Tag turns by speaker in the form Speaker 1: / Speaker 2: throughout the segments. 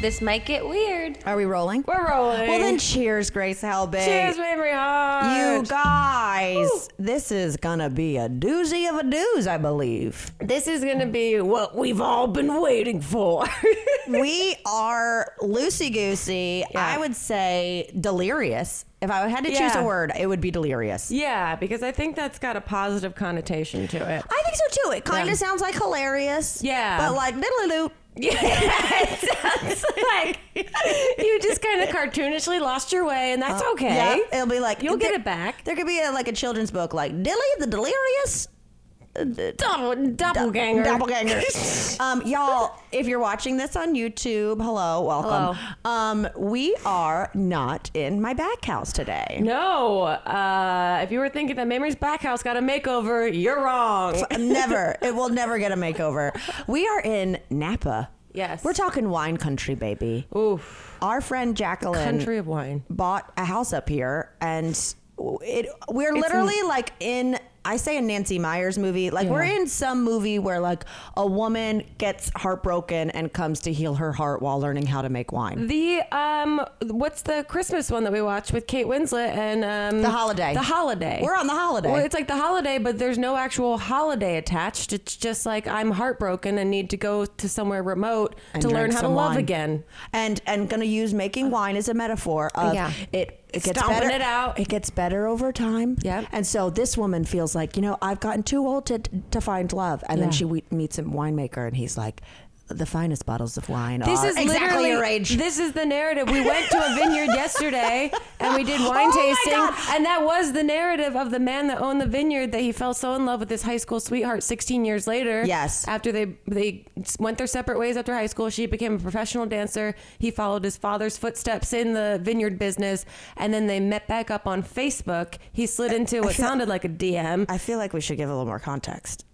Speaker 1: This might get weird.
Speaker 2: Are we rolling?
Speaker 1: We're rolling.
Speaker 2: Well, then cheers, Grace Halbig.
Speaker 1: Cheers, memory
Speaker 2: You
Speaker 1: hard.
Speaker 2: guys, this is gonna be a doozy of a doos, I believe.
Speaker 1: this is gonna be what we've all been waiting for.
Speaker 2: We are loosey goosey. I would say delirious. If I had to choose
Speaker 1: Yeah.
Speaker 2: a word, it would be delirious.
Speaker 1: yeah, because I think that's got a positive connotation to it.
Speaker 2: I think so too. It kind of
Speaker 1: Yeah.
Speaker 2: sounds like hilarious.
Speaker 1: Yeah.
Speaker 2: But like diddly loop.
Speaker 1: Yeah, it sounds like you just kind of cartoonishly lost your way, and that's okay.
Speaker 2: Yep, it'll be like
Speaker 1: You'll get
Speaker 2: there-
Speaker 1: it back.
Speaker 2: There could be a, like a children's book like Dilly the Delirious
Speaker 1: Double, doppelganger.
Speaker 2: Doppelganger. um, y'all, if you're watching this on YouTube, hello, welcome. Um, we are not in my back house today.
Speaker 1: No, uh, if you were thinking that Memory's back house got a makeover, you're wrong.
Speaker 2: never. It will never get a makeover. We are in Napa.
Speaker 1: Yes.
Speaker 2: We're talking wine country, baby.
Speaker 1: Oof.
Speaker 2: Our friend Jacqueline
Speaker 1: Country of wine.
Speaker 2: bought a house up here and it we're literally like in I say in Nancy Myers movie, like we're in some movie where like a woman gets heartbroken and comes to heal her heart while learning how to make wine.
Speaker 1: The um, what's the Christmas one that we watched with Kate Winslet and um,
Speaker 2: The Holiday.
Speaker 1: The holiday.
Speaker 2: We're on The Holiday.
Speaker 1: Well, it's like the holiday, but there's no actual holiday attached. It's just like I'm heartbroken and need to go to somewhere remote
Speaker 2: and
Speaker 1: to learn
Speaker 2: drink
Speaker 1: how to
Speaker 2: some
Speaker 1: love
Speaker 2: wine.
Speaker 1: again.
Speaker 2: And and gonna use making wine as a metaphor of
Speaker 1: Uh, Yeah.
Speaker 2: it it gets
Speaker 1: Stomping
Speaker 2: better
Speaker 1: it out.
Speaker 2: It gets better over time.
Speaker 1: Yep.
Speaker 2: And so this woman feels like you know I've gotten too old to to find love, and then
Speaker 1: Yeah.
Speaker 2: she we- meets a winemaker, and he's like. The finest bottles of wine.
Speaker 1: This
Speaker 2: are
Speaker 1: is
Speaker 2: exactly
Speaker 1: literally
Speaker 2: your age.
Speaker 1: This is the narrative. We went to a vineyard yesterday and we did wine
Speaker 2: Oh my
Speaker 1: tasting,
Speaker 2: God.
Speaker 1: and that was the narrative of the man that owned the vineyard that he fell so in love with his high school sweetheart 16 years later.
Speaker 2: Yes.
Speaker 1: after they they went their separate ways after high school, she became a professional dancer. He followed his father's footsteps in the vineyard business, and then they met back up on Facebook. He slid into what sounded like a DM.
Speaker 2: I feel like we should give a little more context.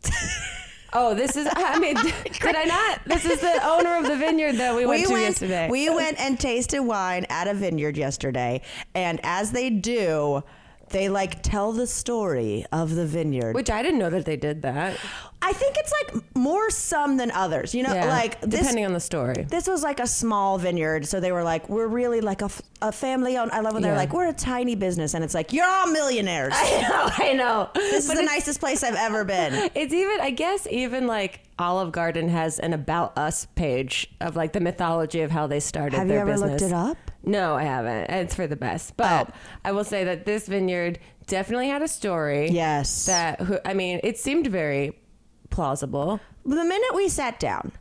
Speaker 1: Oh, this is. I mean, did I not? This is the owner of the vineyard that we went to yesterday.
Speaker 2: we went and tasted wine at a vineyard yesterday, and as they do, they like tell the story of the vineyard.
Speaker 1: Which I didn't know that they did that.
Speaker 2: I think it's like more some than others. You know,
Speaker 1: Yeah,
Speaker 2: like this.
Speaker 1: depending on the story.
Speaker 2: this was like a small vineyard, so they were like, "We're really like a, f- a family owned." I love when they're
Speaker 1: Yeah.
Speaker 2: like, "We're a tiny business," and it's like, "You're all millionaires."
Speaker 1: I know, I know.
Speaker 2: this is the nicest place I've ever been.
Speaker 1: It's even, I guess, even like Olive Garden has an About Us page of like the mythology of how they started
Speaker 2: Have you
Speaker 1: their
Speaker 2: ever looked
Speaker 1: business.
Speaker 2: it up?
Speaker 1: No, I haven't. It's for the best. But I will say that this vineyard definitely had a story.
Speaker 2: Yes.
Speaker 1: That, who, I mean, it seemed very plausible.
Speaker 2: the minute we sat down,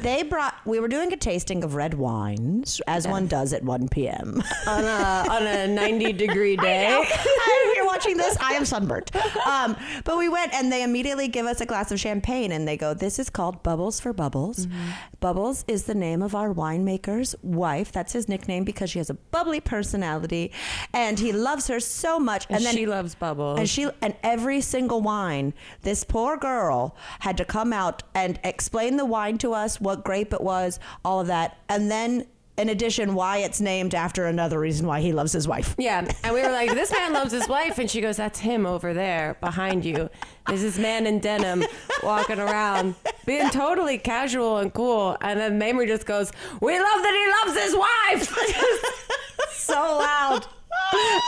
Speaker 2: they brought. We were doing a tasting of red wines, as one does at one p.m.
Speaker 1: On a, on a 90 degree day.
Speaker 2: I- if you're watching this, I am sunburnt. Um, but we went and they immediately give us a glass of champagne and they go, This is called Bubbles for Bubbles.
Speaker 1: Mm-hmm.
Speaker 2: Bubbles is the name of our winemaker's wife. That's his nickname because she has a bubbly personality and he loves her so much. And,
Speaker 1: And
Speaker 2: then
Speaker 1: she loves bubbles.
Speaker 2: And she and every single wine, this poor girl had to come out and explain the wine to us, what grape it was, all of that, and then in addition, why it's named after another reason why he loves his wife.
Speaker 1: Yeah, and we were like, "This man loves his wife," and she goes, "That's him over there behind you. There's this man in denim walking around, being totally casual and cool." And then Mamrie just goes, "We love that he loves his wife," so loud.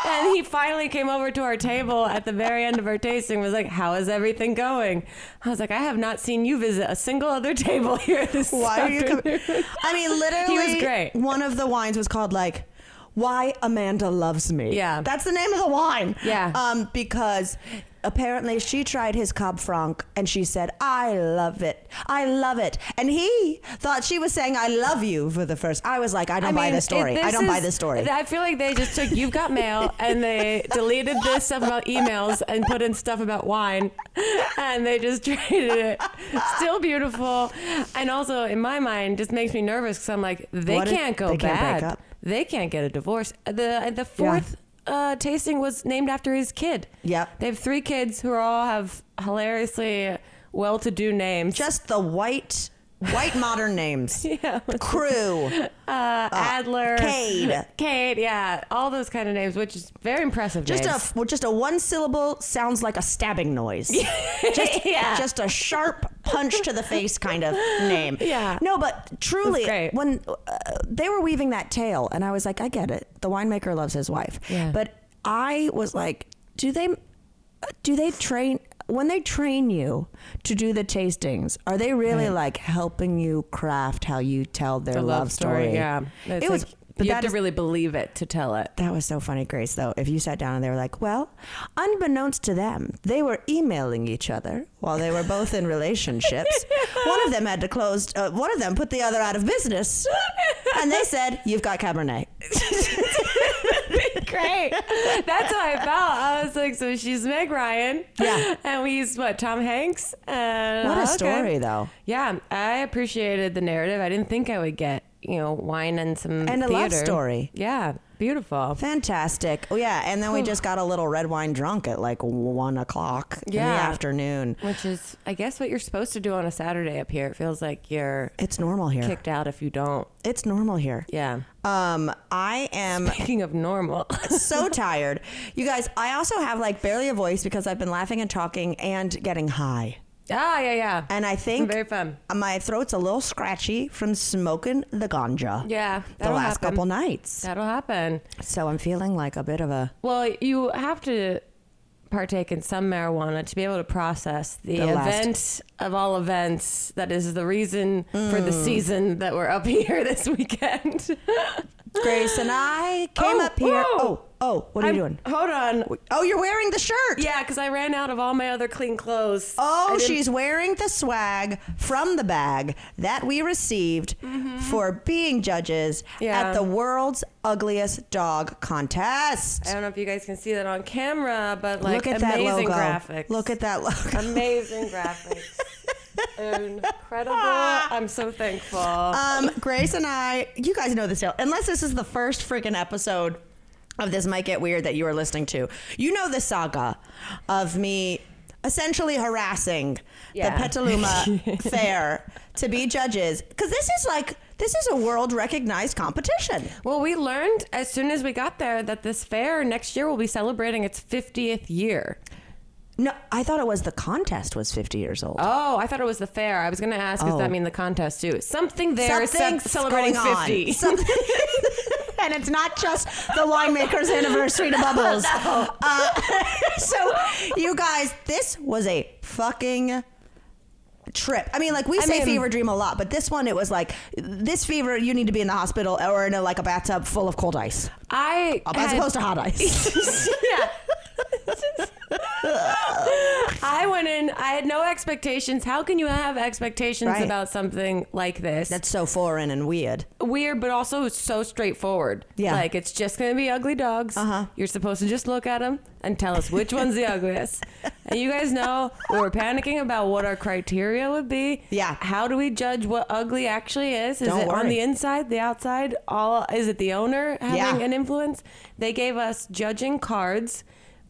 Speaker 1: And he finally came over to our table at the very end of our tasting. and Was like, "How is everything going?" I was like, "I have not seen you visit a single other table here this
Speaker 2: Why are you coming?
Speaker 1: afternoon."
Speaker 2: I mean, literally,
Speaker 1: He was great.
Speaker 2: One of the wines was called like "Why Amanda Loves Me."
Speaker 1: Yeah.
Speaker 2: that's the name of the wine.
Speaker 1: Yeah.
Speaker 2: um, because apparently she tried his Cab Franc and she said, "I love it, I love it," and he thought she was saying, "I love you" for the first. I was like, "I don't buy
Speaker 1: mean,
Speaker 2: this story.
Speaker 1: it-
Speaker 2: I don't buy
Speaker 1: is-
Speaker 2: this story."
Speaker 1: I feel like they just took you've got mail and they deleted this stuff about emails and put in stuff about wine and they just traded it. Still beautiful. And also in my mind just makes me nervous cuz I'm like they
Speaker 2: What if
Speaker 1: can't go
Speaker 2: they can't
Speaker 1: bad.
Speaker 2: break up?
Speaker 1: They can't get a divorce. The the fourth uh, tasting was named after his kid.
Speaker 2: Yep.
Speaker 1: They have three kids who all have hilariously well-to-do names.
Speaker 2: Just the white, white modern names.
Speaker 1: yeah.
Speaker 2: Crew.
Speaker 1: uh, Adler,
Speaker 2: Cade.
Speaker 1: Cade, yeah, all those kind of names, which is very impressive.
Speaker 2: Just a
Speaker 1: names.
Speaker 2: well, just a one syllable sounds like a stabbing noise. just
Speaker 1: Yeah.
Speaker 2: just a sharp punch to the face kind of name.
Speaker 1: Yeah.
Speaker 2: No, but truly,
Speaker 1: That's great.
Speaker 2: when uh, they were weaving that tale, and I was like, I get it. The winemaker loves his wife.
Speaker 1: Yeah.
Speaker 2: But I was like, do they, do they train? When they train you to do the tastings, are they really
Speaker 1: Right.
Speaker 2: like helping you craft how you tell their
Speaker 1: The
Speaker 2: love, story?
Speaker 1: Yeah.
Speaker 2: it
Speaker 1: It's
Speaker 2: was.
Speaker 1: like,
Speaker 2: But
Speaker 1: you
Speaker 2: that
Speaker 1: have to
Speaker 2: is-
Speaker 1: really believe it to tell it.
Speaker 2: that was so funny, Grace, though. If you sat down and they were like, well, unbeknownst to them, they were emailing each other while they were both in relationships. One of them had to close, uh, one of them put the other out of business. And they said, you've got Cabernet.
Speaker 1: Great. That's how I felt. I was like, so she's Meg Ryan.
Speaker 2: Yeah.
Speaker 1: And we used what, Tom Hanks? And
Speaker 2: What a
Speaker 1: okay.
Speaker 2: story, though.
Speaker 1: Yeah. I appreciated the narrative. I didn't think I would get, you know, wine and some
Speaker 2: And a love
Speaker 1: theater.
Speaker 2: story.
Speaker 1: Yeah. Beautiful.
Speaker 2: Fantastic. Oh, yeah. And then we just got a little red wine drunk at like one o'clock in the
Speaker 1: Yeah.
Speaker 2: afternoon.
Speaker 1: Which is, I guess, what you're supposed to do on a Saturday up here. It feels like you're
Speaker 2: It's normal here.
Speaker 1: kicked out if you don't.
Speaker 2: It's normal here.
Speaker 1: Yeah.
Speaker 2: Um, I am
Speaker 1: Speaking of normal.
Speaker 2: so tired. You guys, I also have like barely a voice because I've been laughing and talking and getting high.
Speaker 1: ah, yeah, yeah.
Speaker 2: And I think
Speaker 1: Very fun.
Speaker 2: my throat's a little scratchy from smoking the ganja.
Speaker 1: Yeah,
Speaker 2: The
Speaker 1: that'll
Speaker 2: last
Speaker 1: happen.
Speaker 2: couple nights.
Speaker 1: That'll happen.
Speaker 2: So I'm feeling like a bit of a
Speaker 1: Well, you have to partake in some marijuana to be able to process the,
Speaker 2: The last-
Speaker 1: event of all events that is the reason for
Speaker 2: Hmm.
Speaker 1: the season that we're up here this weekend.
Speaker 2: Grace and I came
Speaker 1: Oh,
Speaker 2: up here.
Speaker 1: whoa.
Speaker 2: Oh, oh, what are
Speaker 1: I'm-
Speaker 2: you doing?
Speaker 1: Hold on.
Speaker 2: Oh, you're wearing the shirt.
Speaker 1: Yeah, because I ran out of all my other clean clothes. I
Speaker 2: Oh,
Speaker 1: didn't-
Speaker 2: she's wearing the swag from the bag that we received for being judges
Speaker 1: Mm-hmm. Yeah.
Speaker 2: at the world's ugliest dog contest.
Speaker 1: I don't know if you guys can see that on camera, but like
Speaker 2: Look at that
Speaker 1: amazing
Speaker 2: logo.
Speaker 1: graphics.
Speaker 2: Look at that logo.
Speaker 1: amazing graphics. Incredible. I'm so thankful.
Speaker 2: Um, Grace and I, you guys know this, unless this is the first freaking episode of this might get weird that you are listening to. You know the saga of me essentially harassing
Speaker 1: Yeah.
Speaker 2: the Petaluma Fair to be judges because this is like this is a world recognized competition.
Speaker 1: Well, we learned as soon as we got there that this fair next year will be celebrating its 50th year.
Speaker 2: No, I thought it was the contest was fifty years old.
Speaker 1: Oh, I thought it was the fair. I was going to ask, does
Speaker 2: Oh.
Speaker 1: that mean the contest too? Something there is
Speaker 2: Something's
Speaker 1: ce- celebrating
Speaker 2: going on.
Speaker 1: 50.
Speaker 2: Something- and it's not just the winemaker's anniversary to Bubbles. Uh, so, you guys, this was a fucking trip. I mean, like we say
Speaker 1: mean-
Speaker 2: fever dream a lot, but this one it was like this fever you need to be in the hospital or in a, like a bathtub full of cold ice
Speaker 1: I
Speaker 2: as
Speaker 1: had-
Speaker 2: opposed to hot ice.
Speaker 1: yeah. I went in. I had no expectations. How can you have expectations
Speaker 2: Right.
Speaker 1: about something like this?
Speaker 2: That's so foreign and weird.
Speaker 1: weird, but also so straightforward.
Speaker 2: Yeah.
Speaker 1: Like it's just going to be ugly dogs.
Speaker 2: Uh-huh.
Speaker 1: You're supposed to just look at them and tell us which one's the ugliest. And you guys know we were panicking about what our criteria would be.
Speaker 2: Yeah.
Speaker 1: How do we judge what ugly actually is? Is
Speaker 2: Don't
Speaker 1: it on
Speaker 2: worry.
Speaker 1: the inside, the outside? All is it the owner having
Speaker 2: Yeah.
Speaker 1: an influence? They gave us judging cards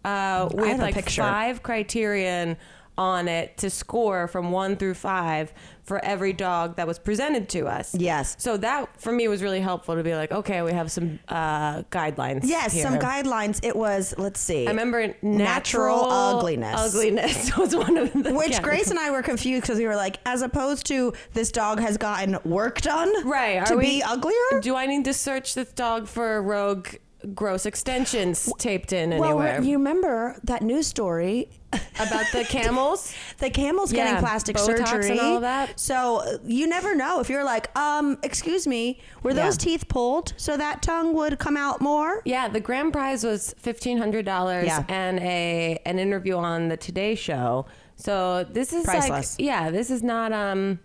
Speaker 1: uh, with
Speaker 2: have a
Speaker 1: like
Speaker 2: picture.
Speaker 1: five criterion on it to score from one through five for every dog that was presented to us.
Speaker 2: Yes.
Speaker 1: So that for me was really helpful to be like, okay, we have some uh, guidelines.
Speaker 2: Yes,
Speaker 1: here.
Speaker 2: some guidelines. It was let's see.
Speaker 1: I remember natural,
Speaker 2: Natural ugliness.
Speaker 1: Ugliness was one of the
Speaker 2: Which
Speaker 1: yeah.
Speaker 2: Grace and I were confused because we were like, as opposed to this dog has gotten work done,
Speaker 1: Right? Are
Speaker 2: to
Speaker 1: we,
Speaker 2: be uglier.
Speaker 1: Do I need to search this dog for rogue gross extensions taped in anywhere
Speaker 2: Well, you remember that news story
Speaker 1: about the camels?
Speaker 2: the camel's getting
Speaker 1: Yeah,
Speaker 2: plastic
Speaker 1: Botox and
Speaker 2: surgery
Speaker 1: all that.
Speaker 2: So uh, you never know if you're like, um, excuse me, were
Speaker 1: Yeah.
Speaker 2: those teeth pulled so that tongue would come out more?
Speaker 1: Yeah, the grand prize was fifteen hundred dollars
Speaker 2: Yeah.
Speaker 1: and a an interview on the Today Show. So this is
Speaker 2: Priceless.
Speaker 1: like, yeah, this is not um,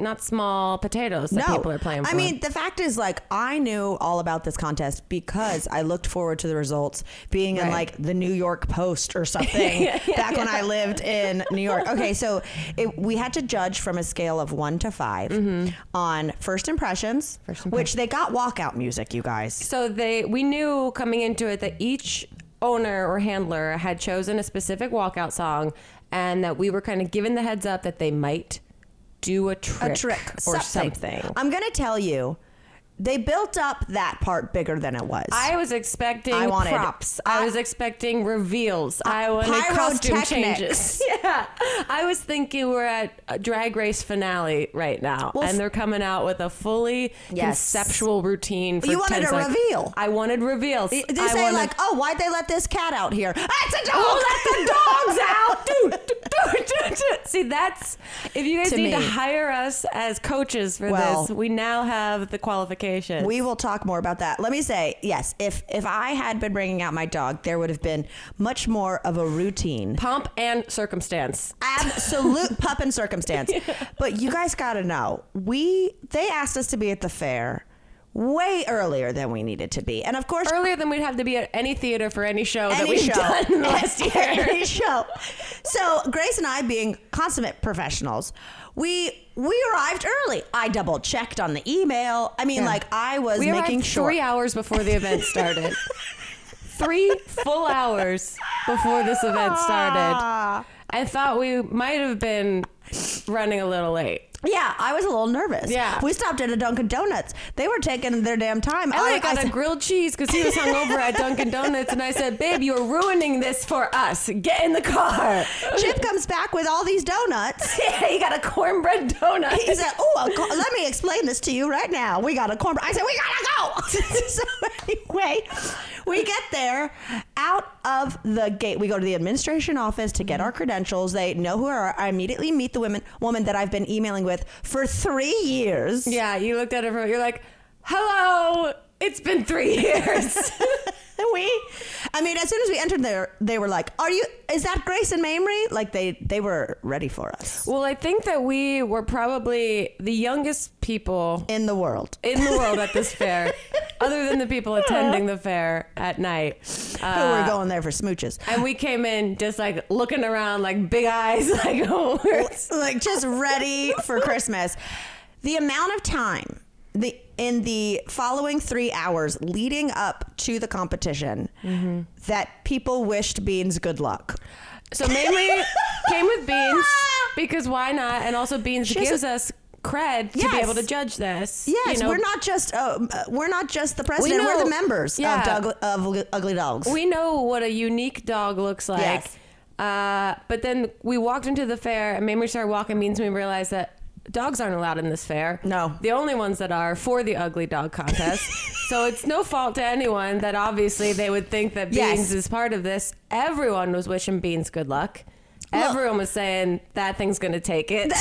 Speaker 1: not small potatoes that
Speaker 2: no,
Speaker 1: people are playing. For.
Speaker 2: I mean, the fact is, like, I knew all about this contest because I looked forward to the results being in
Speaker 1: Right.
Speaker 2: like the New York Post or something back when I lived in New York. Okay, so it, we had to judge from a scale of one to 5
Speaker 1: Mm-hmm.
Speaker 2: on first impressions, which they got walkout music, you guys.
Speaker 1: So they we knew coming into it that each owner or handler had chosen a specific walkout song and that we were kind of given the heads up that they might do a trick,
Speaker 2: A trick
Speaker 1: or
Speaker 2: something.
Speaker 1: something.
Speaker 2: I'm gonna tell you. They built up that part bigger than it was.
Speaker 1: I was expecting
Speaker 2: I wanted-
Speaker 1: props. I,
Speaker 2: I-
Speaker 1: was expecting reveals. I wanted costume
Speaker 2: pyrotechnics.
Speaker 1: changes. Yeah. I was thinking we're at a drag race finale right now.
Speaker 2: Well,
Speaker 1: and they're coming out with a fully
Speaker 2: Yes.
Speaker 1: conceptual routine for
Speaker 2: You wanted
Speaker 1: 10
Speaker 2: a
Speaker 1: seconds.
Speaker 2: reveal.
Speaker 1: I wanted reveals.
Speaker 2: they
Speaker 1: I
Speaker 2: say
Speaker 1: wanted-
Speaker 2: like, oh, why'd they let this cat out here? Ah, it's a dog.
Speaker 1: Oh, let the dogs out, dude, dude, dude, dude. See, that's if you guys
Speaker 2: To
Speaker 1: need to
Speaker 2: me.
Speaker 1: hire us as coaches for
Speaker 2: Well-
Speaker 1: this, we now have the qualifications.
Speaker 2: We will talk more about that. Let me say, yes, if if I had been bringing out my dog, there would have been much more of a routine.
Speaker 1: pomp and circumstance.
Speaker 2: Absolute pup and circumstance. But you guys got to know, we they asked us to be at the fair way earlier than we needed to be. And of course,
Speaker 1: earlier than we'd have to be at any theater for any show that
Speaker 2: any
Speaker 1: we've
Speaker 2: show.
Speaker 1: done in the last year.
Speaker 2: Any show. So Grace and I, being consummate professionals, we we arrived early. I double checked on the email. I mean, like I was
Speaker 1: We
Speaker 2: making
Speaker 1: arrived
Speaker 2: sure.
Speaker 1: three hours before the event started. three full hours before this event
Speaker 2: Ah.
Speaker 1: started. I thought we might have been running a little late.
Speaker 2: Yeah, I was a little nervous.
Speaker 1: Yeah.
Speaker 2: we stopped at a Dunkin' Donuts. They were taking their damn time.
Speaker 1: Elliot
Speaker 2: I,
Speaker 1: got
Speaker 2: I
Speaker 1: a
Speaker 2: said-
Speaker 1: grilled cheese because he was hungover at Dunkin' Donuts, and I said, "Babe, you're ruining this for us. Get in the car."
Speaker 2: Chip comes back with all these donuts.
Speaker 1: he got a cornbread donut.
Speaker 2: He said, "Oh, a cor- let me explain this to you right now. We got a cornbread." I said, "We gotta go." so anyway, we get there, out of the gate, we go to the administration office to get our credentials. They know who are. I immediately meet the women, woman that I've been emailing with for three years.
Speaker 1: yeah, you looked at her. from- You're like, "Hello, it's been three years."
Speaker 2: And we, I mean, as soon as we entered there, they were like, "Are you? Is that Grace and Mamrie?" Like they they were ready for us
Speaker 1: Well, I think that we were probably the youngest people
Speaker 2: in the world.
Speaker 1: in the world at this fair, other than the people attending the fair at night.
Speaker 2: Who
Speaker 1: Uh,
Speaker 2: were going there for smooches?
Speaker 1: and we came in just like looking around, like big eyes, like oh, we're-
Speaker 2: like just ready for Christmas. The amount of time the in the following three hours leading up to the competition
Speaker 1: Mm-hmm.
Speaker 2: that people wished Beans good luck.
Speaker 1: so mainly came with beans because why not? And also beans
Speaker 2: has
Speaker 1: gives us cred to be
Speaker 2: Yes.
Speaker 1: able to judge this.
Speaker 2: Yes,
Speaker 1: you know,
Speaker 2: we're not just uh, uh, we're not just the president.
Speaker 1: know-
Speaker 2: we're the members
Speaker 1: Yeah.
Speaker 2: of, Doug, of Ugly Dogs.
Speaker 1: we know what a unique dog looks like.
Speaker 2: Yes.
Speaker 1: Uh, but then we walked into the fair, and Mamrie started walking means we realized that dogs aren't allowed in this fair.
Speaker 2: No.
Speaker 1: The only ones that are for the ugly dog contest. so it's no fault to anyone that obviously they would think that
Speaker 2: Yes.
Speaker 1: Beans is part of this. Everyone was wishing Beans good luck.
Speaker 2: Well-
Speaker 1: Everyone was saying that thing's going to take it.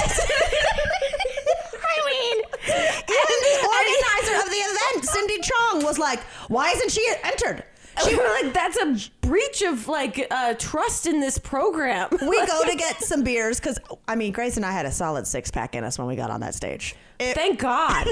Speaker 2: I mean, and the organizer of the event, Cindy Chong, was like, "Why isn't she entered?"
Speaker 1: She was like, that's a breach of like uh, trust in this program.
Speaker 2: we go to get some beers because I mean, Grace and I had a solid six pack in us when we got on that stage. It-
Speaker 1: Thank God.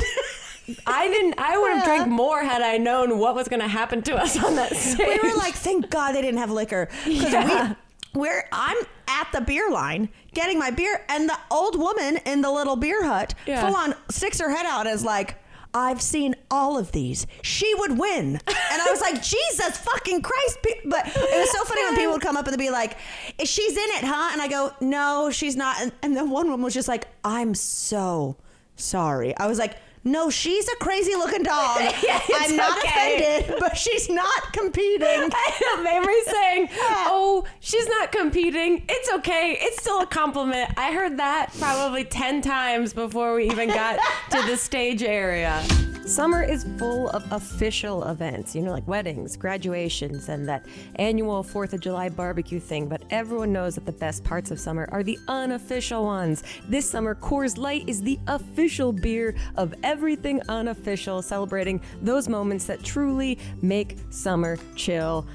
Speaker 1: I didn't. I would have drank more had I known what was going to happen to us on that stage.
Speaker 2: we were like, thank God they didn't have liquor because
Speaker 1: Yeah.
Speaker 2: we, we're I'm at the beer line getting my beer, and the old woman in the little beer hut
Speaker 1: Yeah.
Speaker 2: full on sticks her head out and is like. I've seen all of these. She would win. And I was like, Jesus fucking Christ. pe- But it was so funny when people would come up and they'd be like, she's in it, huh? And I go, no, she's not. And, and then one woman was just like, I'm so sorry. I was like, no, she's a crazy looking dog.
Speaker 1: Yeah, it's
Speaker 2: I'm not
Speaker 1: okay.
Speaker 2: offended, but she's not competing.
Speaker 1: Mamrie saying, "Oh, she's not competing. It's okay. It's still a compliment." I heard that probably ten times before we even got to the stage area. Summer is full of official events, you know, like weddings, graduations, and that annual Fourth of July barbecue thing. But everyone knows that the best parts of summer are the unofficial ones. This summer, Coors Light is the official beer of everything unofficial, celebrating those moments that truly make summer chill.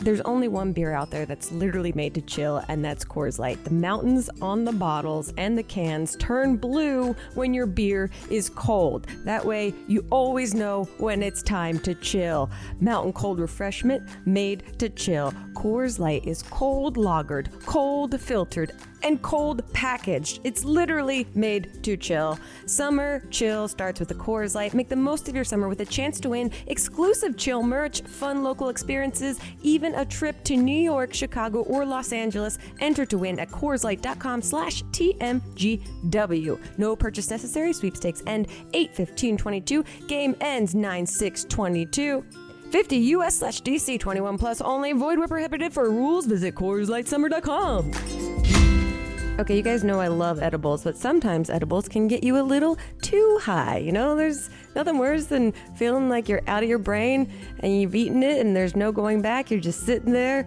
Speaker 1: There's only one beer out there that's literally made to chill, and that's Coors Light. The mountains on the bottles and the cans turn blue when your beer is cold. That way, you always know when it's time to chill. Mountain cold refreshment made to chill. Coors Light is cold lagered, cold filtered and cold packaged. It's literally made to chill. Summer chill starts with a Coors Light. Make the most of your summer with a chance to win exclusive chill merch, fun local experiences, even a trip to New York, Chicago, or Los Angeles. Enter to win at CoorsLight.com slash TMGW. No purchase necessary. Sweepstakes end 8-15-22. Game ends 9-6-22. 50 US slash DC 21 plus only void where prohibited for rules. Visit CoorsLightSummer.com. Okay, you guys know I love edibles, but sometimes edibles can get you a little too high. You know, there's nothing worse than feeling like you're out of your brain and you've eaten it and there's no going back. You're just sitting there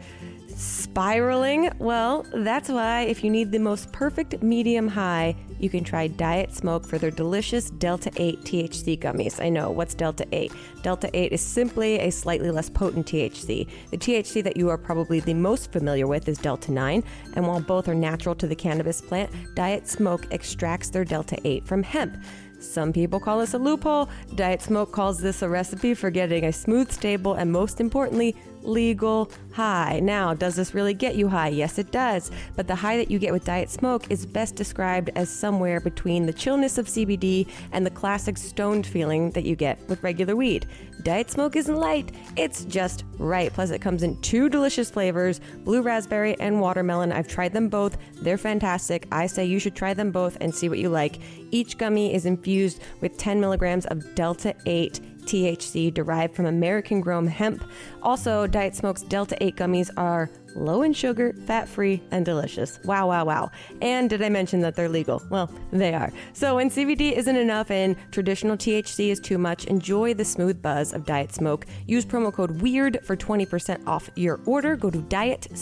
Speaker 1: spiraling. Well, that's why if you need the most perfect medium high, you can try Diet Smoke for their delicious Delta 8 THC gummies. I know, what's Delta 8? Delta 8 is simply a slightly less potent THC. The THC that you are probably the most familiar with is Delta 9, and while both are natural to the cannabis plant, Diet Smoke extracts their Delta 8 from hemp. Some people call this a loophole. Diet Smoke calls this a recipe for getting a smooth, stable, and most importantly, legal high. Now, does this really get you high? Yes, it does. But the high that you get with Diet Smoke is best described as somewhere between the chillness of CBD and the classic stoned feeling that you get with regular weed. Diet Smoke isn't light, it's just right. Plus, it comes in two delicious flavors blue raspberry and watermelon. I've tried them both, they're fantastic. I say you should try them both and see what you like. Each gummy is infused with 10 milligrams of Delta 8. THC derived from American grown hemp. Also, Diet Smoke's Delta 8 gummies are low in sugar, fat free, and delicious. Wow, wow, wow. And did I mention that they're legal? Well, they are. So when CBD isn't enough and traditional THC is too much, enjoy the smooth buzz of Diet Smoke. Use promo code WEIRD for 20% off your order. Go to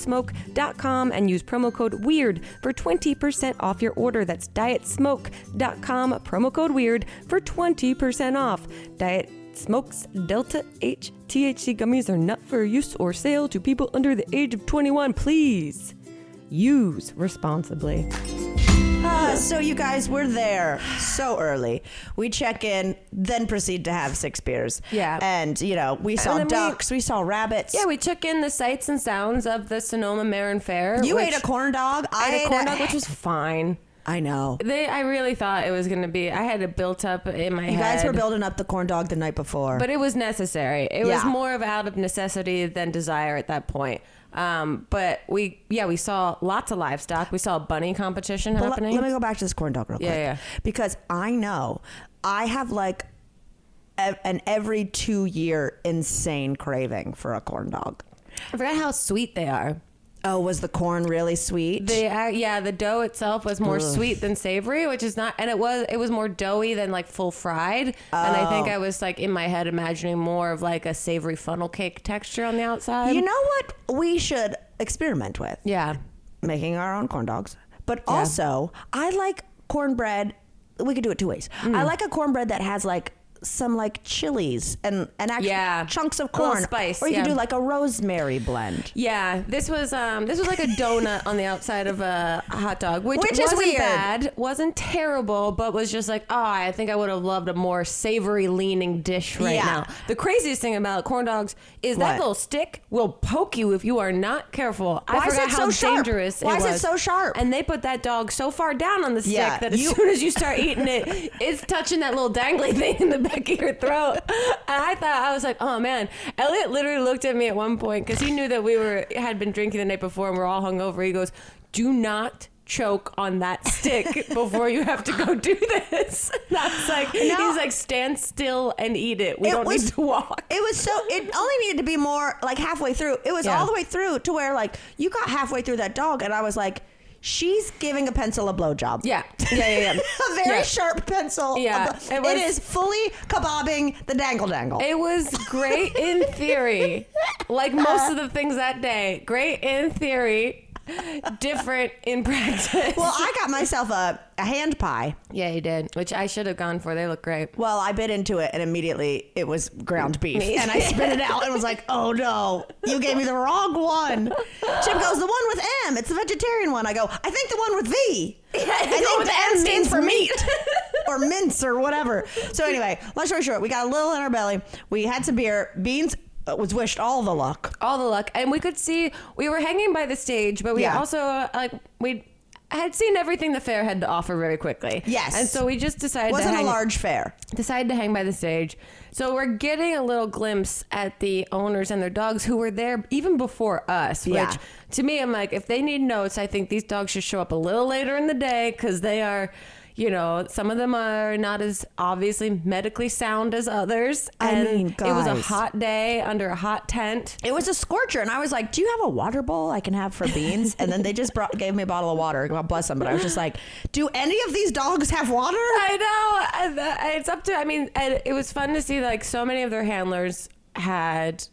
Speaker 1: dietsmoke.com and use promo code WEIRD for 20% off your order. That's dietsmoke.com, promo code WEIRD for 20% off. Diet Smokes Delta H THC gummies are not for use or sale to people under the age of 21. Please use responsibly.
Speaker 2: Ah, so you guys were there so early. We check in, then proceed to have six beers.
Speaker 3: Yeah.
Speaker 2: And you know, we saw
Speaker 3: then we-
Speaker 2: ducks, we, saw rabbits.
Speaker 3: Yeah, we took in the sights and sounds of the Sonoma Marin Fair.
Speaker 2: you
Speaker 3: which-
Speaker 2: ate a corn dog.
Speaker 3: I ate a corn dog, which was fine.
Speaker 2: I know.
Speaker 3: They, I really thought it was going to be. I had it built up in my
Speaker 2: You
Speaker 3: head.
Speaker 2: guys were building up the corn dog the night before.
Speaker 3: but it was necessary. It was
Speaker 2: Yeah.
Speaker 3: more of out of necessity than desire at that point. Um, but we, yeah, we saw lots of livestock. We saw a bunny competition
Speaker 2: But le-
Speaker 3: happening.
Speaker 2: Let me go back to this corn dog real
Speaker 3: Yeah,
Speaker 2: quick.
Speaker 3: yeah.
Speaker 2: Because I know I have like a, an every two year insane craving for a corn dog.
Speaker 3: I forgot how sweet they are.
Speaker 2: Oh, was the corn really sweet?
Speaker 3: They, uh, yeah, the dough itself was more sweet than savory, which is not, and it was it was more doughy than like full fried. And
Speaker 2: Oh.
Speaker 3: I think I was like in my head imagining more of like a savory funnel cake texture on the outside.
Speaker 2: you know what we should experiment with?
Speaker 3: yeah,
Speaker 2: Making our own corn dogs. But also, I like cornbread. We could do it two ways.
Speaker 3: Mm.
Speaker 2: I like a cornbread that has like some like chilies and and actual
Speaker 3: Yeah.
Speaker 2: chunks
Speaker 3: A
Speaker 2: of
Speaker 3: little
Speaker 2: corn
Speaker 3: spice,
Speaker 2: or you could
Speaker 3: yeah.
Speaker 2: do like a rosemary blend
Speaker 3: yeah. This was um this was like a donut on the outside of a hot dog, which,
Speaker 2: Which is
Speaker 3: wasn't
Speaker 2: weird.
Speaker 3: bad, wasn't terrible, but was just like, oh, I think I would have loved a more savory leaning dish right
Speaker 2: Yeah.
Speaker 3: now. The craziest thing about corn dogs is
Speaker 2: What?
Speaker 3: that little stick will poke you if you are not careful. I
Speaker 2: Why is
Speaker 3: forgot
Speaker 2: it
Speaker 3: how
Speaker 2: so sharp?
Speaker 3: dangerous
Speaker 2: Why
Speaker 3: it
Speaker 2: is it
Speaker 3: was.
Speaker 2: so sharp?
Speaker 3: And they put that dog so far down on the stick
Speaker 2: Yeah,
Speaker 3: that as
Speaker 2: you-
Speaker 3: soon as you start eating it, it's touching that little dangly thing in the back of your throat. And I thought I was like, oh man. Elliot literally looked at me at one point because he knew that we were had been drinking the night before and we're all hungover. He goes, "Do not." choke on that stick before you have to go do this that's like he's like stand still and eat it we
Speaker 2: It
Speaker 3: don't
Speaker 2: was-
Speaker 3: need to walk
Speaker 2: It was so. It only needed to be more like halfway through. It was
Speaker 3: Yeah.
Speaker 2: all the way through to where like you got halfway through that dog, and I was like, she's giving a pencil a blowjob.
Speaker 3: yeah yeah yeah yeah
Speaker 2: a very
Speaker 3: Yeah.
Speaker 2: sharp pencil. a
Speaker 3: Yeah,
Speaker 2: blow-
Speaker 3: it was-
Speaker 2: it is fully kabobbing the dangle dangle.
Speaker 3: It was great in theory, like most of the things that day. Great in theory, different in practice.
Speaker 2: well, I got myself a, a hand pie.
Speaker 3: yeah, you did, which I should have gone for. They look great.
Speaker 2: Well, I bit into it and immediately it was ground beef. And I spit it out and was like, oh no, you gave me the wrong one. Chip goes, the one with M. It's the vegetarian one. I go, I think the one with V. I think
Speaker 3: with
Speaker 2: the
Speaker 3: M
Speaker 2: M stands
Speaker 3: means
Speaker 2: for meat or mince or whatever. So, anyway, long story short, we got a little in our belly. We had some beer. Beans uh, was wished all the luck.
Speaker 3: All the luck, and we could see we were hanging by the stage, but we
Speaker 2: Yeah.
Speaker 3: also uh, like we.
Speaker 1: had seen everything the fair had to offer very quickly.
Speaker 2: Yes.
Speaker 1: And so we just decided to
Speaker 2: Wasn't
Speaker 1: hang,
Speaker 2: a large fair.
Speaker 1: decided to hang by the stage. So we're getting a little glimpse at the owners and their dogs who were there even before us, which
Speaker 2: Yeah.
Speaker 1: to me I'm like if they need notes, I think these dogs should show up a little later in the day cuz they are you know, some of them are not as obviously medically sound as others.
Speaker 2: I
Speaker 1: And
Speaker 2: mean,
Speaker 1: it was a
Speaker 2: guys.
Speaker 1: hot day under a hot tent.
Speaker 2: It was a scorcher, and I was like, "Do you have a water bowl I can have for beans?" And then they just brought, gave me a bottle of water. God bless them, but I was just like, "Do any of these dogs have water?"
Speaker 1: I know. And that- It's up to. I mean, and it was fun to see like so many of their handlers had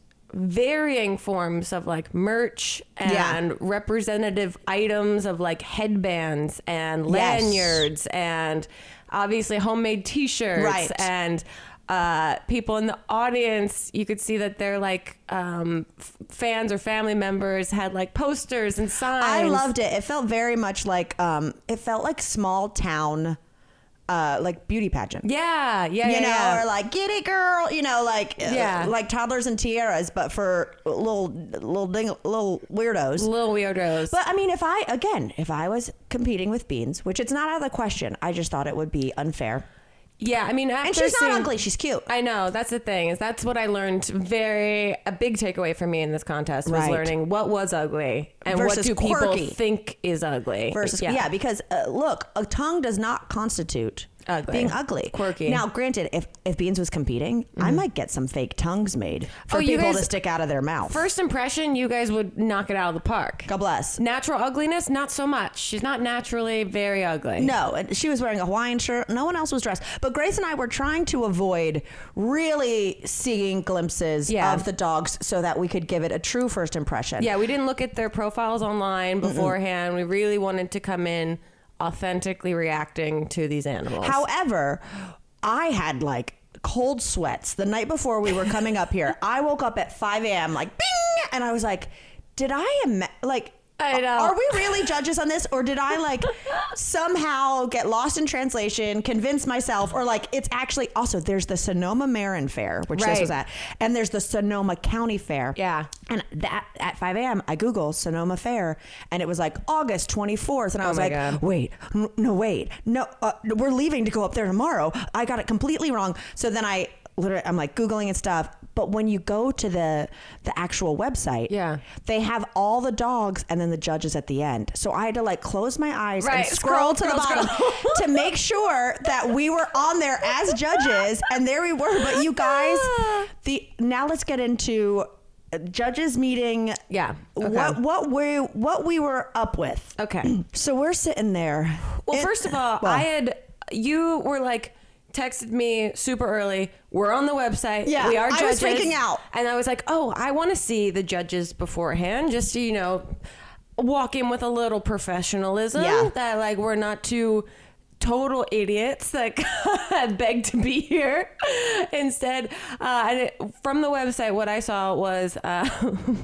Speaker 1: varying forms of like merch and
Speaker 2: Yeah.
Speaker 1: representative items of like headbands and
Speaker 2: Yes.
Speaker 1: lanyards and obviously homemade T-shirts
Speaker 2: Right.
Speaker 1: and. Uh, people in the audience, you could see that they're like um, f- fans or family members had like posters and signs.
Speaker 2: I loved it. It felt very much like um, it felt like small town, uh, like beauty pageant.
Speaker 1: Yeah, yeah, yeah,
Speaker 2: You know,
Speaker 1: yeah.
Speaker 2: or like get it, girl. You know, like
Speaker 1: Yeah.
Speaker 2: uh, like toddlers and tiaras, but for little little ding, little weirdos.
Speaker 1: little weirdos.
Speaker 2: But I mean, if I again, if I was competing with beans, which it's not out of the question, I just thought it would be unfair.
Speaker 1: yeah, I mean, after
Speaker 2: And she's not
Speaker 1: seeing-
Speaker 2: ugly; she's cute.
Speaker 1: I know that's the thing is that's what I learned. Very a big takeaway for me in this contest was
Speaker 2: Right.
Speaker 1: learning what was ugly and
Speaker 2: Versus
Speaker 1: what do people
Speaker 2: quirky.
Speaker 1: think is ugly
Speaker 2: versus yeah, because uh, look, a tongue does not constitute uh,
Speaker 1: Ugly.
Speaker 2: being ugly,
Speaker 1: Quirky. Mm-hmm.
Speaker 2: Now, granted, if if Beans was competing, I might get some fake tongues made for
Speaker 1: Oh, you
Speaker 2: people
Speaker 1: guys-
Speaker 2: to stick out of their mouth.
Speaker 1: First impression, you guys would knock it out of the park.
Speaker 2: God bless.
Speaker 1: Natural ugliness, not so much. She's not naturally very ugly.
Speaker 2: No, and she was wearing a Hawaiian shirt. No one else was dressed. But Grace and I were trying to avoid really seeing glimpses
Speaker 1: Yeah.
Speaker 2: of the dogs so that we could give it a true first impression.
Speaker 1: Yeah, we didn't look at their profiles online beforehand. We really wanted to come in authentically reacting to these animals.
Speaker 2: However, I had like cold sweats the night before we were coming up here. I woke up at 5 a.m. like bing, and I was like, did I am like.
Speaker 1: I know.
Speaker 2: Are we really judges on this, or did I like somehow get lost in translation, convince myself, or like it's actually also there's the Sonoma Marin Fair, which
Speaker 1: Right.
Speaker 2: this was at, and there's the Sonoma County Fair.
Speaker 1: Yeah.
Speaker 2: and that at 5 a.m. I Google Sonoma Fair, and it was like August 24th, and I was
Speaker 1: Oh my
Speaker 2: like,
Speaker 1: God.
Speaker 2: wait, n- no, wait, no, uh, we're leaving to go up there tomorrow. I got it completely wrong. So then I literally, I'm like Googling and stuff. But when you go to the the actual website,
Speaker 1: Yeah.
Speaker 2: they have all the dogs and then the judges at the end. So I had to like close my eyes and
Speaker 1: Right,
Speaker 2: scroll,
Speaker 1: scroll,
Speaker 2: to the
Speaker 1: scroll,
Speaker 2: bottom to make sure that we were on there as judges, and there we were. But you guys, the now let's get into uh, judges meeting.
Speaker 1: Yeah, okay.
Speaker 2: What what we what we were up with.
Speaker 1: Okay.
Speaker 2: So we're sitting there.
Speaker 1: Well,
Speaker 2: It-
Speaker 1: first of all,
Speaker 2: well,
Speaker 1: I had you were like texted me super early. We're on the website.
Speaker 2: Yeah,
Speaker 1: we are
Speaker 2: I was
Speaker 1: judges.
Speaker 2: freaking out.
Speaker 1: and I was like, oh, I want to see the judges beforehand, just to, you know, walk in with a little professionalism.
Speaker 2: Yeah.
Speaker 1: that like we're not too total idiots that beg to be here instead uh, and it- from the website what i saw was uh,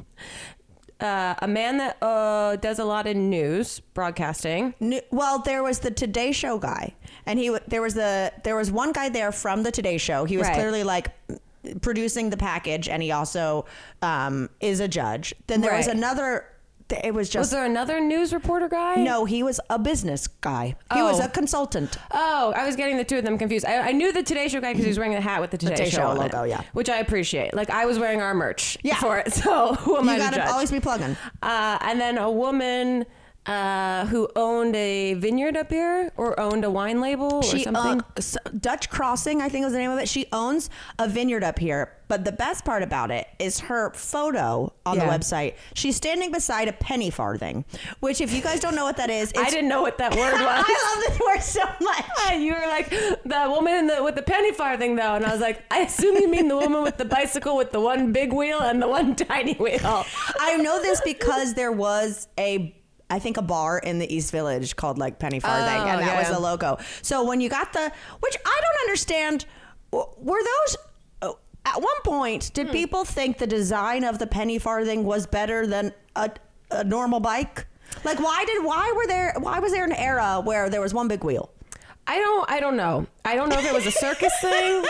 Speaker 1: uh, a man that uh, does a lot in news broadcasting
Speaker 2: knew- well, there was the Today Show guy, and he w- there was the there was one guy there from the Today Show. He was
Speaker 1: Right.
Speaker 2: clearly like producing the package, and he also um, is a judge. Then there was
Speaker 1: Right.
Speaker 2: another. It was
Speaker 1: Was
Speaker 2: just
Speaker 1: there another news reporter guy?
Speaker 2: no. He was a business guy. He was
Speaker 1: Oh.
Speaker 2: a consultant.
Speaker 1: Oh, I was getting the two of them confused. I, I knew the Today Show guy because he was wearing the hat with the Today,
Speaker 2: Today
Speaker 1: Show,
Speaker 2: Show
Speaker 1: on it,
Speaker 2: logo, yeah.
Speaker 1: which I appreciate. Like I was wearing our merch
Speaker 2: Yeah.
Speaker 1: for it, so who am I
Speaker 2: you
Speaker 1: to judge?
Speaker 2: gotta always be plugging.
Speaker 1: uh, and then a woman uh, who owned a vineyard up here, or owned a wine label, or
Speaker 2: She uh,
Speaker 1: something.
Speaker 2: own- s- Dutch Crossing, I think was the name of it. She owns a vineyard up here, but the best part about it is her photo on the
Speaker 1: Yeah.
Speaker 2: website. She's standing beside a penny farthing, which if you guys don't know what that is,
Speaker 1: I
Speaker 2: it's-
Speaker 1: didn't know what that word was.
Speaker 2: I love this word so much.
Speaker 1: You were like the woman in the, with the penny farthing though, and I was like, I assume you mean the woman with the bicycle with the one big wheel and the one tiny wheel.
Speaker 2: I know this because there was a I think a bar in the East Village called like Penny Farthing,
Speaker 1: Oh,
Speaker 2: and that
Speaker 1: yeah.
Speaker 2: was the logo. So when you got the, which I don't understand, w- were those oh, at one point?
Speaker 1: Hmm.
Speaker 2: Did people think the design of the Penny Farthing was better than a, a normal bike? Like why did why were there why was there an era where there was one big wheel?
Speaker 1: I don't I don't know. I don't know if it was a circus thing.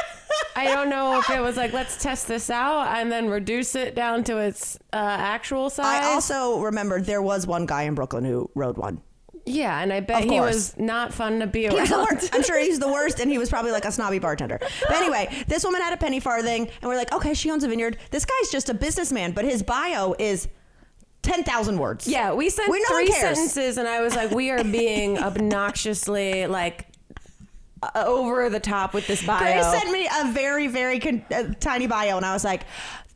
Speaker 1: I don't know if it was like let's test this out and then reduce it down to its uh, actual size.
Speaker 2: I also remember there was one guy in Brooklyn who rode one.
Speaker 1: Yeah, and I bet
Speaker 2: Of
Speaker 1: he
Speaker 2: course.
Speaker 1: was not fun to
Speaker 2: He
Speaker 1: be
Speaker 2: was the
Speaker 1: around.
Speaker 2: worst. I'm sure he's the worst, and he was probably like a snobby bartender. But anyway, this woman had a penny farthing, and we're like, okay, she owns a vineyard. This guy's just a businessman, but his bio is ten thousand words.
Speaker 1: Yeah, we sent
Speaker 2: We- no one
Speaker 1: three
Speaker 2: cares.
Speaker 1: sentences, and I was like, "We are being obnoxiously like uh, over the top with this bio."
Speaker 2: Grace sent me a very, very con- uh, tiny bio, and I was like,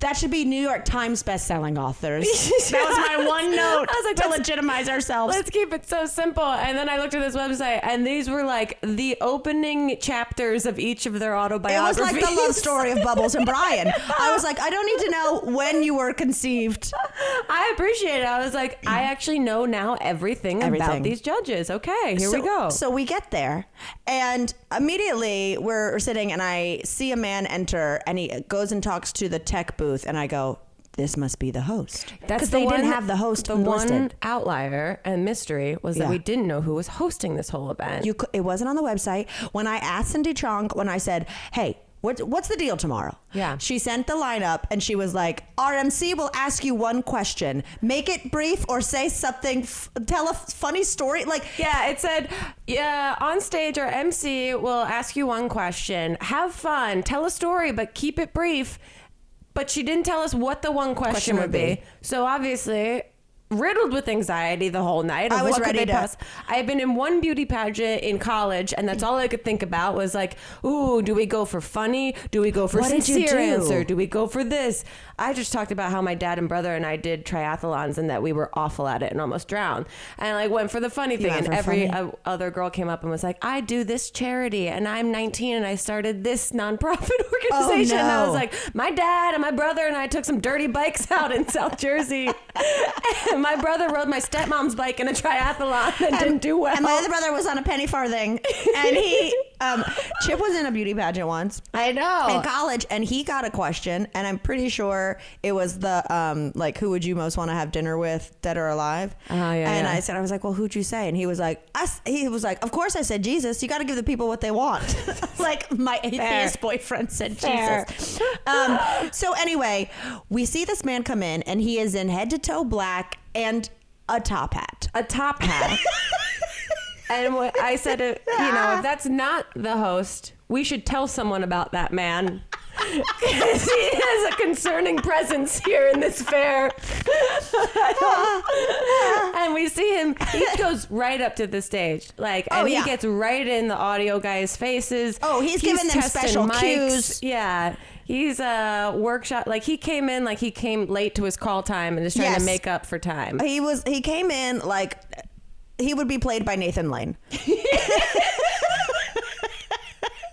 Speaker 2: that should be New York Times best-selling authors. that was my one note
Speaker 1: I was like,
Speaker 2: to
Speaker 1: let's-
Speaker 2: legitimize ourselves.
Speaker 1: Let's keep it so simple. And then I looked at this website, and these were like the opening chapters of each of their
Speaker 2: It was
Speaker 1: autobiographies.
Speaker 2: like the love story of Bubbles and Brian. I was like, I don't need to know when you were conceived.
Speaker 1: I appreciate it. I was like, I actually know now everything,
Speaker 2: Everything.
Speaker 1: about these judges. Okay, here
Speaker 2: so,
Speaker 1: we go.
Speaker 2: So we get there, and immediately we're sitting, and I see a man enter, and he goes and talks to the tech booth, and I go, "This must be the host."
Speaker 1: That's
Speaker 2: because
Speaker 1: the
Speaker 2: they
Speaker 1: one,
Speaker 2: didn't have the host
Speaker 1: The
Speaker 2: listed.
Speaker 1: one outlier and mystery was
Speaker 2: Yeah.
Speaker 1: that we didn't know who was hosting this whole event.
Speaker 2: You, cou- it wasn't on the website. When I asked Cindy Chong, when I said, "Hey." What, what's the deal tomorrow?
Speaker 1: Yeah.
Speaker 2: She sent the lineup and she was like, RMC will ask you one question. Make it brief or say something, f- tell a f- funny story. Like,
Speaker 1: Yeah, it said, yeah, on stage our MC will ask you one question. Have fun, tell a story, but keep it brief. But she didn't tell us what the one question,
Speaker 2: Question
Speaker 1: would,
Speaker 2: would
Speaker 1: be.
Speaker 2: be.
Speaker 1: So obviously, riddled with anxiety the whole night.
Speaker 2: I
Speaker 1: of
Speaker 2: was
Speaker 1: what could
Speaker 2: ready
Speaker 1: they
Speaker 2: to-
Speaker 1: pass- I had been in one beauty pageant in college, and that's all I could think about was like, ooh, do we go for funny? Do we go for
Speaker 2: What did you
Speaker 1: sincere
Speaker 2: do?
Speaker 1: answer? Do we go for this? I just talked about how my dad and brother and I did triathlons and that we were awful at it and almost drowned. And like went for the funny thing,
Speaker 2: went
Speaker 1: and
Speaker 2: for
Speaker 1: every
Speaker 2: funny.
Speaker 1: uh, other girl came up and was like, "I do this charity, and I'm 19, and I started this nonprofit organization." And I
Speaker 2: no.
Speaker 1: was like, "My dad and my brother and I took some dirty bikes out in South Jersey. and my brother rode my stepmom's bike in a triathlon and, didn't do well."
Speaker 2: And my other brother was on a penny farthing, and he, um, Chip was in a beauty pageant once
Speaker 1: I
Speaker 2: in
Speaker 1: know.
Speaker 2: college, and he got a question, and I'm pretty sure it was the um, like, who would you most want to have dinner with, dead or alive?
Speaker 1: Oh, yeah,
Speaker 2: and
Speaker 1: yeah.
Speaker 2: I said, I was like, well, who'd you say? And he was like, us. He was like, of course, I said Jesus. You got to give the people what they want. like my atheist boyfriend said,
Speaker 1: Fair.
Speaker 2: Jesus. Um, so anyway, we see this man come in, and he is in head to toe black and a top hat.
Speaker 1: a top hat. and what I said, uh, you know, if that's not the host, we should tell someone about that man. 'Cause he has a concerning presence here in this fair. and we see him, he goes right up to the stage. Like, and
Speaker 2: Oh, yeah.
Speaker 1: he gets right in the audio guys' faces.
Speaker 2: Oh, he's giving them
Speaker 1: testing
Speaker 2: special cues.
Speaker 1: Yeah. He's a workshop. Like, he came in like he came late to his call time and is trying
Speaker 2: Yes.
Speaker 1: to make up for time.
Speaker 2: He was he came in like he would be played by Nathan Lane. He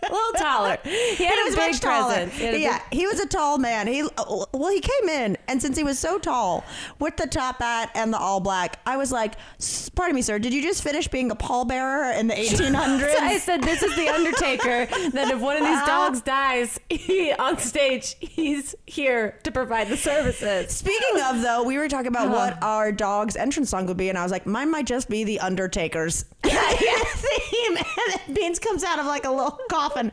Speaker 1: A little taller. He had
Speaker 2: was
Speaker 1: a big
Speaker 2: much taller.
Speaker 1: presence. He had a big-
Speaker 2: Yeah, he was a tall man. He well, he came in, and since he was so tall, with the top hat and the all black, I was like, "S- "Pardon me, sir, did you just finish being a pallbearer in the 1800s?"
Speaker 1: So I said, "This is the Undertaker. that if one of these Uh-huh. dogs dies, he on stage, he's here to provide the services."
Speaker 2: Speaking of though, we were talking
Speaker 1: Uh-huh.
Speaker 2: about what our dog's entrance song would be, and I was like, mine might just be the Undertaker's theme. And then Beans comes out of like a little coffin.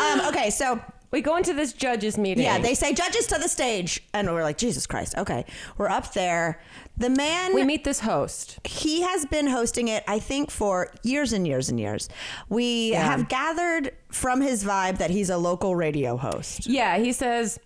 Speaker 2: Um, okay, so
Speaker 1: We go into this judges meeting.
Speaker 2: Yeah, they say judges to the stage, and we're like, Jesus Christ. Okay, we're up there. The man
Speaker 1: we meet this host.
Speaker 2: he has been hosting it, I think, for years and years and years. We
Speaker 1: Yeah.
Speaker 2: have gathered from his vibe that he's a local radio host.
Speaker 1: Yeah, he says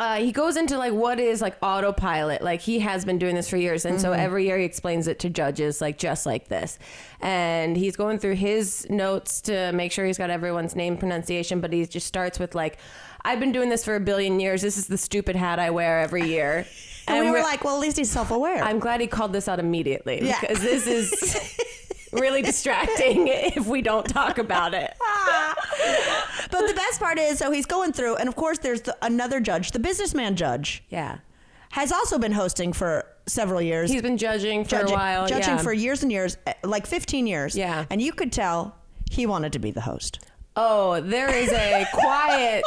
Speaker 1: uh, he goes into like what is like autopilot. Like he has been doing this for years, and
Speaker 2: Mm-hmm.
Speaker 1: so every year he explains it to judges like just like this. And he's going through his notes to make sure he's got everyone's name pronunciation, but he just starts with like, "I've been doing this for a billion years. This is the stupid hat I wear every year."
Speaker 2: And, we were
Speaker 1: we're-
Speaker 2: like, well, at least he's self-aware.
Speaker 1: I'm glad he called this out immediately
Speaker 2: Yeah.
Speaker 1: because this is really distracting if we don't talk about it.
Speaker 2: but the best part is, so he's going through, and of course, there's the, another judge, the businessman judge,
Speaker 1: Yeah.
Speaker 2: has also been hosting for several years.
Speaker 1: He's been judging for
Speaker 2: judging,
Speaker 1: a while.
Speaker 2: judging
Speaker 1: yeah.
Speaker 2: for years and years, eh, like 15 years.
Speaker 1: Yeah.
Speaker 2: and you could tell he wanted to be the host.
Speaker 1: Oh, there is a quiet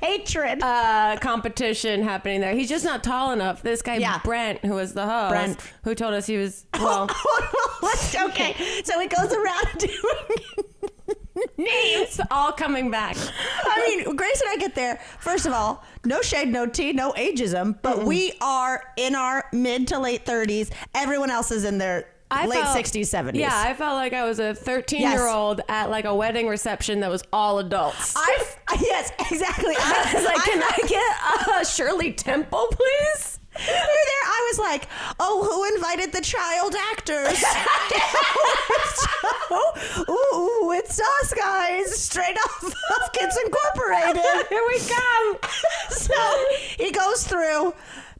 Speaker 2: Hatred.
Speaker 1: uh, competition happening there. He's just not tall enough. This guy
Speaker 2: Yeah.
Speaker 1: Brent, who was the host,
Speaker 2: Brent.
Speaker 1: who told us he was well.
Speaker 2: Let's- okay. So it goes around doing.
Speaker 1: Names all coming back.
Speaker 2: I mean, Grace and I get there. First of all, no shade, no tea, no ageism, but we are in our mid to late 30s. Everyone else is in their
Speaker 1: I
Speaker 2: late
Speaker 1: felt-
Speaker 2: 60s, 70s.
Speaker 1: Yeah, I felt like I was a 13 year old at like a wedding reception that was all adults.
Speaker 2: I, yes, exactly. I
Speaker 1: was like, can I get uh, Shirley Temple, please?
Speaker 2: Through there, I was like, "Oh, who invited the child actors?" so, ooh, it's us guys, straight off of Kids Incorporated.
Speaker 1: Here we come.
Speaker 2: so he goes through.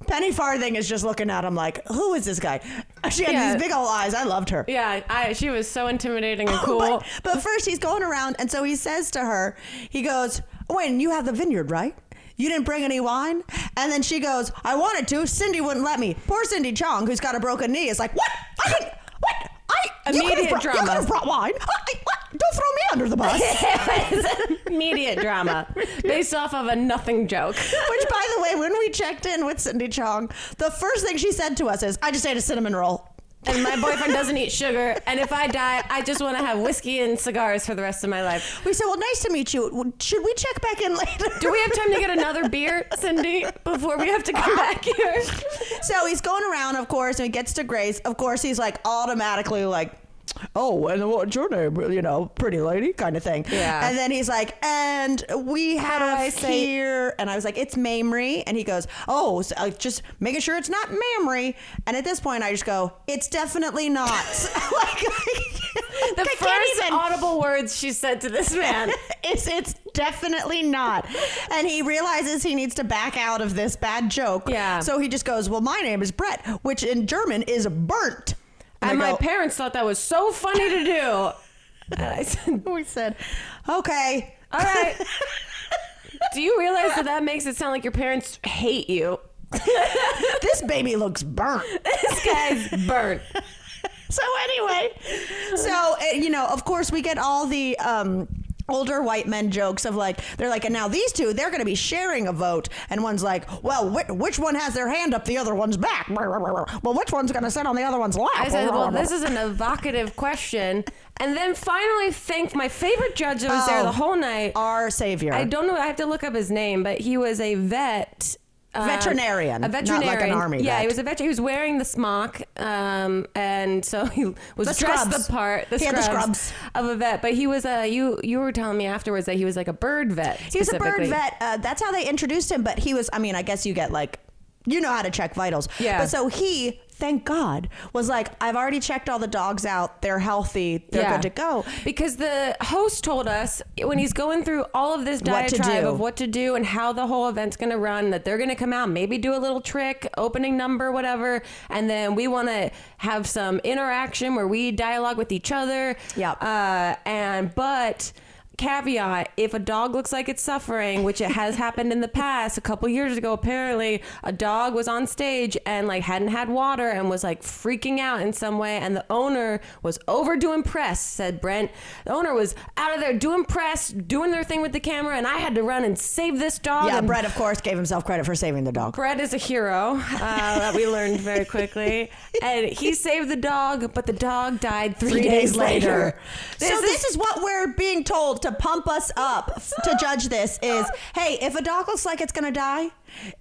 Speaker 2: Penny Farthing is just looking at him like, "Who is this guy?" She had
Speaker 1: Yeah.
Speaker 2: these big old eyes. I loved her.
Speaker 1: Yeah, I, she was so intimidating and cool.
Speaker 2: But, but first, he's going around, and so he says to her, he goes, Wayne, you have the vineyard, right? You didn't bring any wine? And then she goes, I wanted to. Cindy wouldn't let me. Poor Cindy Chong, who's got a broken knee, is like, What? I didn't. What? I. you could've
Speaker 1: Immediate
Speaker 2: brought, You
Speaker 1: drama.
Speaker 2: could have brought wine. I, I- what? Don't throw me under the bus.
Speaker 1: Immediate drama based off of a nothing joke.
Speaker 2: Which, by the way, when we checked in with Cindy Chong, the first thing she said to us is, I just ate a cinnamon roll.
Speaker 1: And my boyfriend doesn't eat sugar. And if I die, I just want to have whiskey and cigars for the rest of my life.
Speaker 2: We said, Well, nice to meet you. Should we check back in later?
Speaker 1: Do we have time to get another beer, Cindy, before we have to come back here?
Speaker 2: So he's going around, of course, and he gets to Grace. Of course, he's like automatically like, "Oh, and what's your name? You know, pretty lady, kind of thing."
Speaker 1: Yeah.
Speaker 2: And then he's like, "And we have
Speaker 1: I say-
Speaker 2: here," and I was like, "It's Mamrie," and he goes, "Oh, so, uh, just making sure it's not Mamrie." And at this point, I just go, "It's definitely not." like,
Speaker 1: The
Speaker 2: I
Speaker 1: first audible words she said to this man.
Speaker 2: it's it's definitely not. And he realizes he needs to back out of this bad joke.
Speaker 1: Yeah.
Speaker 2: So he just goes, "Well, my name is Brett," which in German is burnt.
Speaker 1: And
Speaker 2: I
Speaker 1: my
Speaker 2: go-
Speaker 1: parents thought that was so funny to do. And I said,
Speaker 2: we said, "Okay."
Speaker 1: All right. Do you realize that that makes it sound like your parents hate you?
Speaker 2: This baby looks burnt.
Speaker 1: This guy's burnt.
Speaker 2: So anyway, so uh, you know, of course, we get all the um, older white men jokes of like they're like, and now these two they're going to be sharing a vote, and one's like, well, whi which one has their hand up the other one's back? Well, which one's going to sit on the other one's lap?
Speaker 1: I said, Well, this is an evocative question. And then finally, thank my favorite judge that was there
Speaker 2: Oh.
Speaker 1: the whole night.
Speaker 2: our savior.
Speaker 1: I don't know. I have to look up his name, but he was a vet. um,
Speaker 2: Veterinarian,
Speaker 1: a
Speaker 2: not like an
Speaker 1: veterinarian,
Speaker 2: army
Speaker 1: Yeah,
Speaker 2: vet.
Speaker 1: he was a vet. He was wearing the smock, um, and so he was
Speaker 2: The
Speaker 1: dressed
Speaker 2: scrubs.
Speaker 1: the part. The
Speaker 2: He had
Speaker 1: scrubs,
Speaker 2: the scrubs.
Speaker 1: of a vet, but he was a you. You were telling me afterwards that he was like a bird vet.
Speaker 2: He was a bird
Speaker 1: specifically.
Speaker 2: vet. Uh, that's how they introduced him. But he was, I mean, I guess you get like, you know how to check vitals.
Speaker 1: Yeah.
Speaker 2: But so he, thank God, was like, I've already checked all the dogs out. They're healthy. They're good to go.
Speaker 1: Because the host told us when he's going through all of this
Speaker 2: What to
Speaker 1: diatribe
Speaker 2: do.
Speaker 1: of what to do and how the whole event's going to run, that they're going to come out, maybe do a little trick, opening number, whatever. And then we want to have some interaction where we dialogue with each other.
Speaker 2: Yep.
Speaker 1: Uh, and, but. Caveat: If a dog looks like it's suffering, which it has happened in the past, a couple years ago, apparently a dog was on stage and like hadn't had water and was like freaking out in some way, and the owner was overdoing press. Said Brent, the owner was out of there doing press, doing their thing with the camera, and I had to run and save this dog.
Speaker 2: Yeah,
Speaker 1: and
Speaker 2: Brett, of course, gave himself credit for saving the dog.
Speaker 1: Brett is a hero uh, that we learned very quickly, and he saved the dog, but the dog died three, days, later. This
Speaker 2: so
Speaker 1: is-
Speaker 2: this is what we're being told to pump us up f- to judge this is, hey, if a dog looks like it's going to die,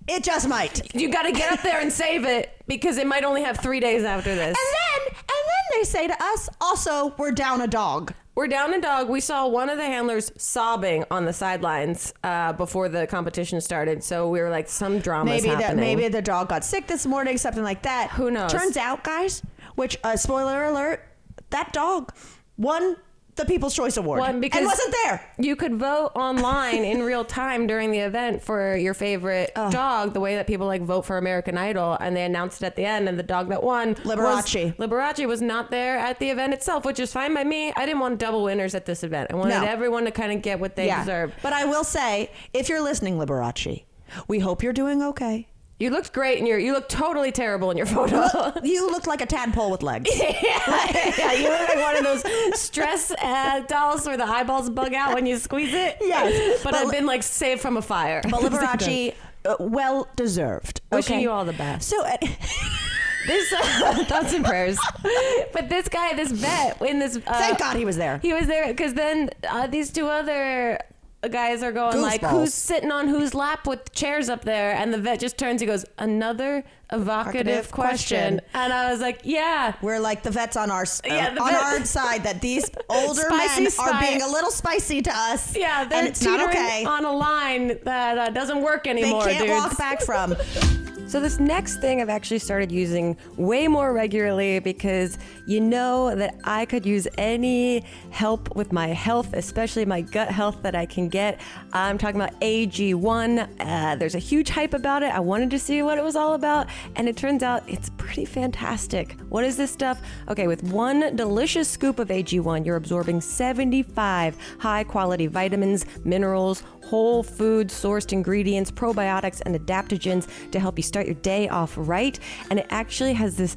Speaker 2: it just might.
Speaker 1: You got to get up there and save it because it might only have three days after this.
Speaker 2: And then, and then they say to us, also, we're down a dog.
Speaker 1: We're down a dog. We saw one of the handlers sobbing on the sidelines uh, before the competition started, so we were like, some drama
Speaker 2: maybe that
Speaker 1: happening.
Speaker 2: maybe the dog got sick this morning, something like that.
Speaker 1: Who knows?
Speaker 2: Turns out, guys, which uh, spoiler alert, that dog won the People's Choice Award
Speaker 1: One, because
Speaker 2: and wasn't there.
Speaker 1: You could vote online in real time during the event for your favorite dog, the way that people like vote for American Idol, and they announced it at the end. And the dog that won,
Speaker 2: Liberace.
Speaker 1: was, Liberace was not there at the event itself, which is fine by me. I didn't want double winners at this event. I wanted
Speaker 2: No.
Speaker 1: everyone to kind of get what they deserve.
Speaker 2: But I will say, if you're listening, Liberace, we hope you're doing okay.
Speaker 1: You looked great in your. You look totally terrible in your photo.
Speaker 2: you look like a tadpole with legs.
Speaker 1: yeah, you look like one of those stress uh, dolls where the eyeballs bug out when you squeeze it.
Speaker 2: Yes.
Speaker 1: but, I've been like saved from a fire.
Speaker 2: But Liberace, uh, well deserved.
Speaker 1: Wishing
Speaker 2: okay?
Speaker 1: you all the best.
Speaker 2: So, uh,
Speaker 1: This thoughts and prayers. But this guy, this vet, in this uh,
Speaker 2: Thank God he was there.
Speaker 1: He was there because then uh, these two other
Speaker 4: guys are going like,
Speaker 2: Goofballs.
Speaker 4: who's sitting on whose lap with the chairs up there? And the vet just turns. He goes, another evocative
Speaker 2: Evocative
Speaker 4: question.
Speaker 2: question.
Speaker 4: And I was like, yeah.
Speaker 2: We're like the vets on our s-
Speaker 4: Yeah, the
Speaker 2: on
Speaker 4: vet-
Speaker 2: our side that these older
Speaker 4: Spicy
Speaker 2: men
Speaker 4: side.
Speaker 2: are being a little spicy to us.
Speaker 4: Yeah, they're
Speaker 2: and it's not
Speaker 4: teetering
Speaker 2: okay.
Speaker 4: on a line that uh, doesn't work
Speaker 2: they
Speaker 4: anymore,
Speaker 2: can't
Speaker 4: dudes.
Speaker 2: walk back from.
Speaker 1: So this next thing I've actually started using way more regularly because you know that I could use any help with my health, especially my gut health that I can get. I'm talking about AG1. Uh, there's a huge hype about it. I wanted to see what it was all about, and it turns out it's pretty fantastic. What is this stuff? Okay, with one delicious scoop of AG1, you're absorbing 75 high-quality vitamins, minerals, whole food sourced ingredients, probiotics, and adaptogens to help you start your day off right. And it actually has this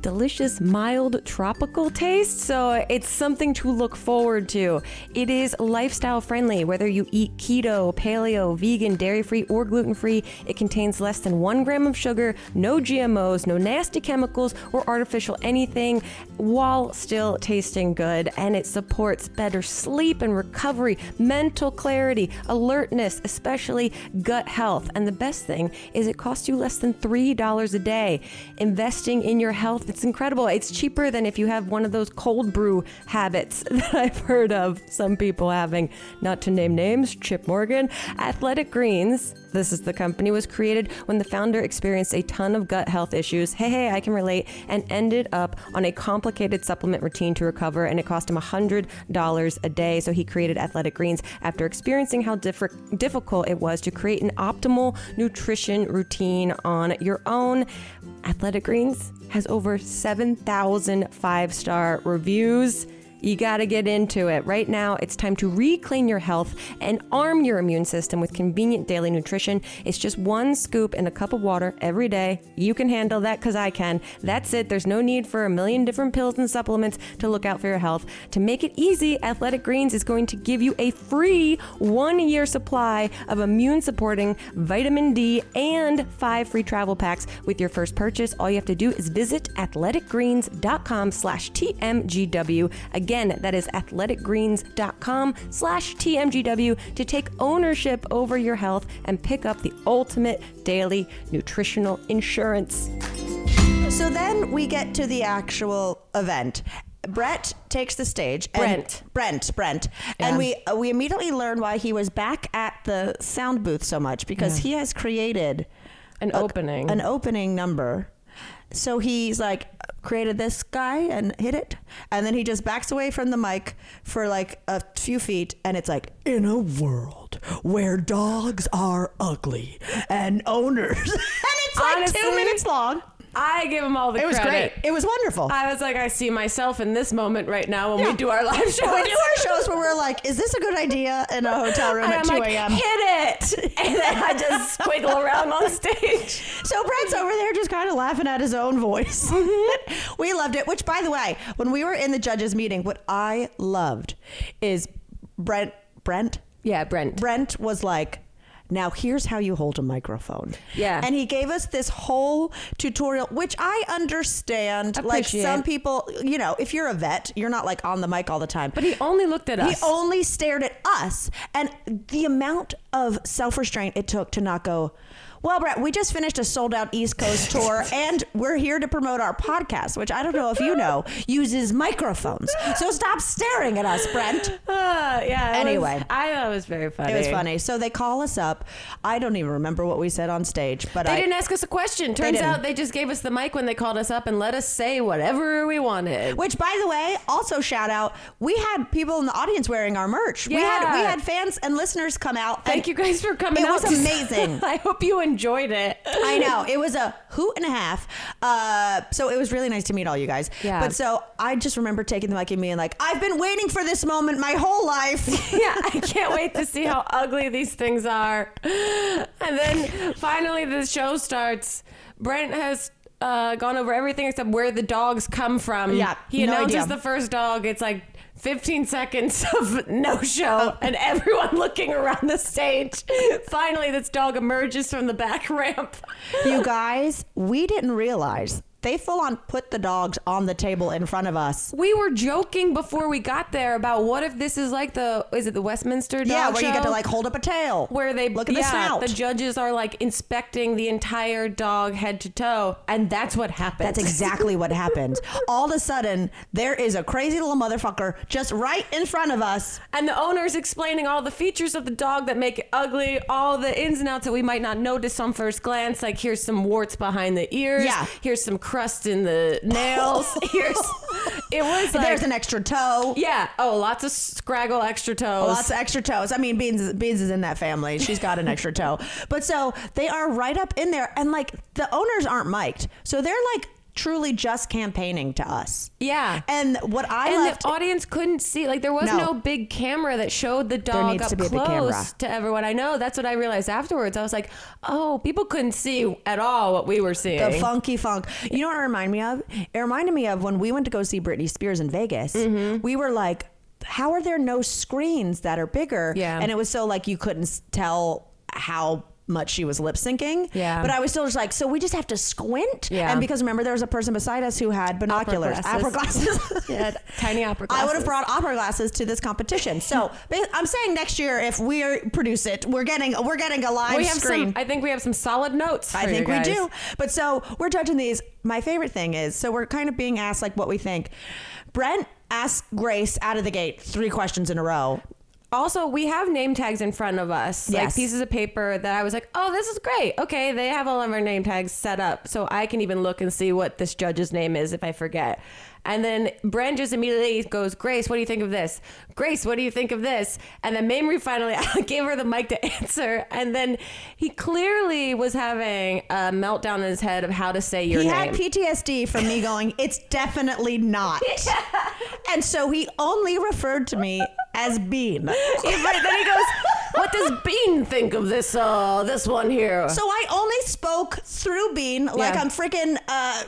Speaker 1: delicious, mild, tropical taste. So it's something to look forward to. It is lifestyle friendly, whether you eat keto, paleo, vegan, dairy free, or gluten free. It contains less than one gram of sugar, no GMOs, no nasty chemicals, or artificial anything, while still tasting good. And it supports better sleep and recovery, mental clarity, alertness, especially gut health. And the best thing is it costs you less than $3 a day. Investing in your health, it's incredible. It's cheaper than if you have one of those cold brew habits that I've heard of some people having. Not to name names, Chip Morgan, Athletic Greens. This is the company was created when the founder experienced a ton of gut health issues. Hey, hey, I can relate, and ended up on a complicated supplement routine to recover, and it cost him $100 a day. So he created Athletic Greens after experiencing how differ- difficult it was to create an optimal nutrition routine on your own. Athletic Greens has over 7,000 five star reviews. You got to get into it. Right now, it's time to reclaim your health and arm your immune system with convenient daily nutrition. It's just one scoop in a cup of water every day. You can handle that because I can. That's it. There's no need for a million different pills and supplements to look out for your health. To make it easy, Athletic Greens is going to give you a free one year supply of immune supporting vitamin D and five free travel packs with your first purchase. All you have to do is visit athleticgreens.com slash TMGW. Again, that is athleticgreens.com slash TMGW to take ownership over your health and pick up the ultimate daily nutritional insurance.
Speaker 2: So then we get to the actual event. Brett takes the stage. and-
Speaker 4: Brent.
Speaker 2: Brent. Brent.
Speaker 4: Yeah.
Speaker 2: And we uh, we immediately learn why he was back at the sound booth so much because he has created
Speaker 4: An
Speaker 2: a-
Speaker 4: opening.
Speaker 2: an opening number. So he's like created this guy and hit it, and then he just backs away from the mic for like a few feet, and it's like in a world where dogs are ugly and owners, and it's like two
Speaker 4: Honestly,
Speaker 2: minutes long.
Speaker 4: I give him all the
Speaker 2: It was
Speaker 4: credit.
Speaker 2: great. It was wonderful.
Speaker 4: I was like, I see myself in this moment right now when we
Speaker 2: Yeah.
Speaker 4: do our live show.
Speaker 2: we do our shows where we're like, is this a good idea in a hotel room
Speaker 4: And
Speaker 2: at
Speaker 4: I'm
Speaker 2: 2
Speaker 4: like,
Speaker 2: a.m.?
Speaker 4: hit it. And then I just squiggle around on stage.
Speaker 2: So Brett's over there just kind of laughing at his own voice. we loved it, which, by the way, when we were in the judges' meeting, what I loved is Brent, Brent,
Speaker 4: Yeah, Brent.
Speaker 2: Brent was like, now here's how you hold a microphone.
Speaker 4: Yeah.
Speaker 2: And he gave us this whole tutorial, which I understand. Like
Speaker 4: Appreciate.
Speaker 2: some people, you know, if you're a vet, you're not like on the mic all the time.
Speaker 4: But he only looked at us.
Speaker 2: He only stared at us. And the amount of self restraint it took to not go, well, Brett, we just finished a sold out East Coast tour and we're here to promote our podcast, which I don't know if you know uses microphones. So stop staring at us, Brent.
Speaker 4: Ah, yeah. it was-
Speaker 2: Anyway.
Speaker 4: I thought it was very funny.
Speaker 2: It was funny. So they call us up. I don't even remember what we said on stage, but
Speaker 4: They
Speaker 2: I,
Speaker 4: didn't ask us a question. Turns
Speaker 2: didn't.
Speaker 4: out they just gave us the mic when they called us up and let us say whatever we wanted.
Speaker 2: Which, by the way, also shout out. We had people in the audience wearing our merch. We had
Speaker 4: Yeah.
Speaker 2: we had fans and listeners come out. and
Speaker 4: Thank you guys for coming
Speaker 2: It
Speaker 4: out
Speaker 2: was
Speaker 4: to-
Speaker 2: amazing.
Speaker 4: I hope you enjoyed it.
Speaker 2: I know. It was a hoot and a half. Uh, so it was really nice to meet all you guys.
Speaker 4: Yeah.
Speaker 2: But so I just remember taking the mic and being like, I've been waiting for this moment my whole life.
Speaker 4: yeah, I can't wait to see how ugly these things are. And then finally, the show starts. Brent has uh, gone over everything except where the dogs come from.
Speaker 2: Yeah,
Speaker 4: he
Speaker 2: no
Speaker 4: announces
Speaker 2: idea.
Speaker 4: the first dog. It's like. 15 seconds of no
Speaker 2: Oh.
Speaker 4: show and everyone looking around the stage. Finally, this dog emerges from the back ramp.
Speaker 2: you guys, we didn't realize They full on put the dogs on the table in front of us.
Speaker 4: We were joking before we got there about what if this is like the is it the Westminster dog
Speaker 2: yeah, where you get to
Speaker 4: show?
Speaker 2: like hold up a tail.
Speaker 4: where they
Speaker 2: look at
Speaker 4: yeah,
Speaker 2: the snout.
Speaker 4: The judges are like inspecting the entire dog head to toe, and that's what happened.
Speaker 2: That's exactly what happened. All of a sudden, there is a crazy little motherfucker just right in front of us.
Speaker 4: and the owner's explaining all the features of the dog that make it ugly, all the ins and outs that we might not notice on first glance. Like here's some warts behind the ears.
Speaker 2: Yeah.
Speaker 4: Here's some crust in the nails. here's it was like
Speaker 2: There's an extra toe.
Speaker 4: yeah. Oh, lots of scraggle extra toes.
Speaker 2: Lots of extra toes. I mean, Beans Beans is in that family. She's got an extra toe. But so they are right up in there, and like the owners aren't mic'd, so they're like truly just campaigning to us.
Speaker 4: yeah.
Speaker 2: And what I
Speaker 4: and
Speaker 2: loved,
Speaker 4: the audience couldn't see like there was
Speaker 2: No.
Speaker 4: no, big camera that showed the dog
Speaker 2: needs
Speaker 4: up
Speaker 2: to be a big camera.
Speaker 4: close to everyone i know that's what i realized afterwards i was like oh people couldn't see at all what we were seeing
Speaker 2: The funky funk. You know what it reminded me of? It reminded me of when we went to go see Britney Spears in Vegas.
Speaker 4: Mm-hmm.
Speaker 2: We were like, how are there no screens that are bigger?
Speaker 4: Yeah.
Speaker 2: And it was so like you couldn't s- tell how much she was lip syncing.
Speaker 4: Yeah.
Speaker 2: But I was still just like, so we just have to squint.
Speaker 4: Yeah.
Speaker 2: And because remember there was a person beside us who had binoculars,
Speaker 4: glasses.
Speaker 2: opera glasses.
Speaker 4: yeah, tiny opera
Speaker 2: I would have
Speaker 4: glasses.
Speaker 2: brought opera glasses to this competition. So ba- I'm saying next year, if we produce it, we're getting we're getting a live
Speaker 4: we have
Speaker 2: screen.
Speaker 4: some i think we have some solid notes for
Speaker 2: I
Speaker 4: you
Speaker 2: think we
Speaker 4: guys.
Speaker 2: do. But so we're judging these. My favorite thing is so we're kind of being asked like what we think. Brent asked Grace out of the gate three questions in a row.
Speaker 4: also we have name tags in front of us
Speaker 2: Yes.
Speaker 4: like pieces of paper that i was like oh this is great okay they have all of our name tags set up so i can even look and see what this judge's name is if i forget and then Bren just immediately goes, Grace, what do you think of this? Grace, what do you think of this? And then Mamrie finally gave her the mic to answer. And then he clearly was having a meltdown in his head of how to say your
Speaker 2: he
Speaker 4: name.
Speaker 2: had PTSD from me going, it's definitely not. And so he only referred to me as Bean.
Speaker 4: Yeah, but then he goes, What does Bean think of this uh this one here?
Speaker 2: So I only spoke through Bean like
Speaker 4: Yeah.
Speaker 2: I'm freaking uh,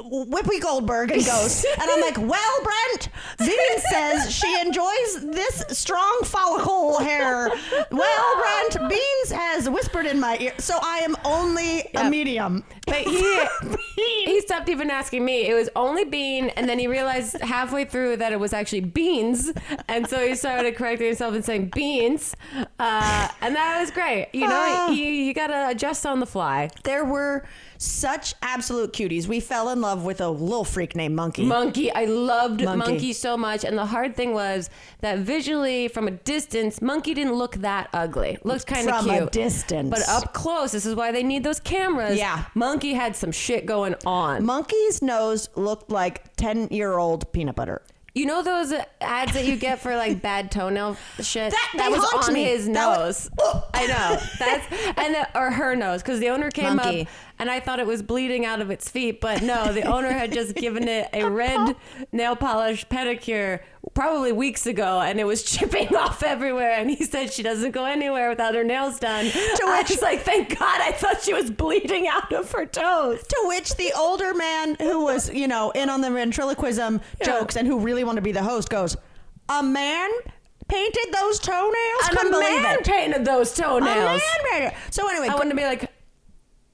Speaker 2: Whippy Goldberg and Ghost. and I'm like, well, Brent, Bean says she enjoys this strong follicle hair. Well, Brent, Beans has whispered in my ear. So I am only a
Speaker 4: Yep.
Speaker 2: medium.
Speaker 4: But he he stopped even asking me. It was only Bean, and then he realized halfway through that it was actually beans, and so he started correcting himself and saying beans, uh, and that was great. You know,
Speaker 2: Ah.
Speaker 4: you, you gotta adjust on the fly.
Speaker 2: There were such absolute cuties. We fell in love with a little freak named Monkey.
Speaker 4: Monkey, I loved
Speaker 2: Monkey.
Speaker 4: monkey. so much, and the hard thing was that visually, from a distance, monkey didn't look that ugly. Looked kind of
Speaker 2: From
Speaker 4: cute
Speaker 2: a distance.
Speaker 4: but up close. This is why they need those cameras.
Speaker 2: Yeah.
Speaker 4: monkey had some shit going on.
Speaker 2: Monkey's nose looked like 10 year old peanut butter.
Speaker 4: You know those ads that you get for like bad toenail shit?
Speaker 2: That- they
Speaker 4: was
Speaker 2: haunt
Speaker 4: on
Speaker 2: me.
Speaker 4: his
Speaker 2: That was-
Speaker 4: nose. I know. That's and the, or her nose because the owner came
Speaker 2: Monkey.
Speaker 4: up and I thought it was bleeding out of its feet, but no, the owner had just given it a red nail polish pedicure probably weeks ago, and it was chipping off everywhere. And he said she doesn't go anywhere without her nails done. To I
Speaker 2: which-
Speaker 4: was like, thank God, I thought she was bleeding out of her toes.
Speaker 2: To which the older man who was, you know, in on the ventriloquism jokes and who really wanted to be the host goes, A man painted those toenails?
Speaker 4: and
Speaker 2: Couldn't
Speaker 4: a
Speaker 2: believe
Speaker 4: man
Speaker 2: it.
Speaker 4: painted those
Speaker 2: A
Speaker 4: toenails.
Speaker 2: man painted. So anyway,
Speaker 4: I
Speaker 2: go-
Speaker 4: want to be like,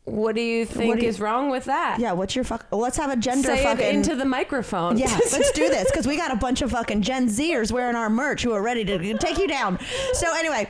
Speaker 4: what do you think
Speaker 2: do you-
Speaker 4: is wrong with that?
Speaker 2: yeah, what's your fuck? Let's have a gender
Speaker 4: Say
Speaker 2: fucking.
Speaker 4: it into the microphone.
Speaker 2: yeah, let's do this because we got a bunch of fucking Gen Zers wearing our merch who are ready to take you down. So anyway,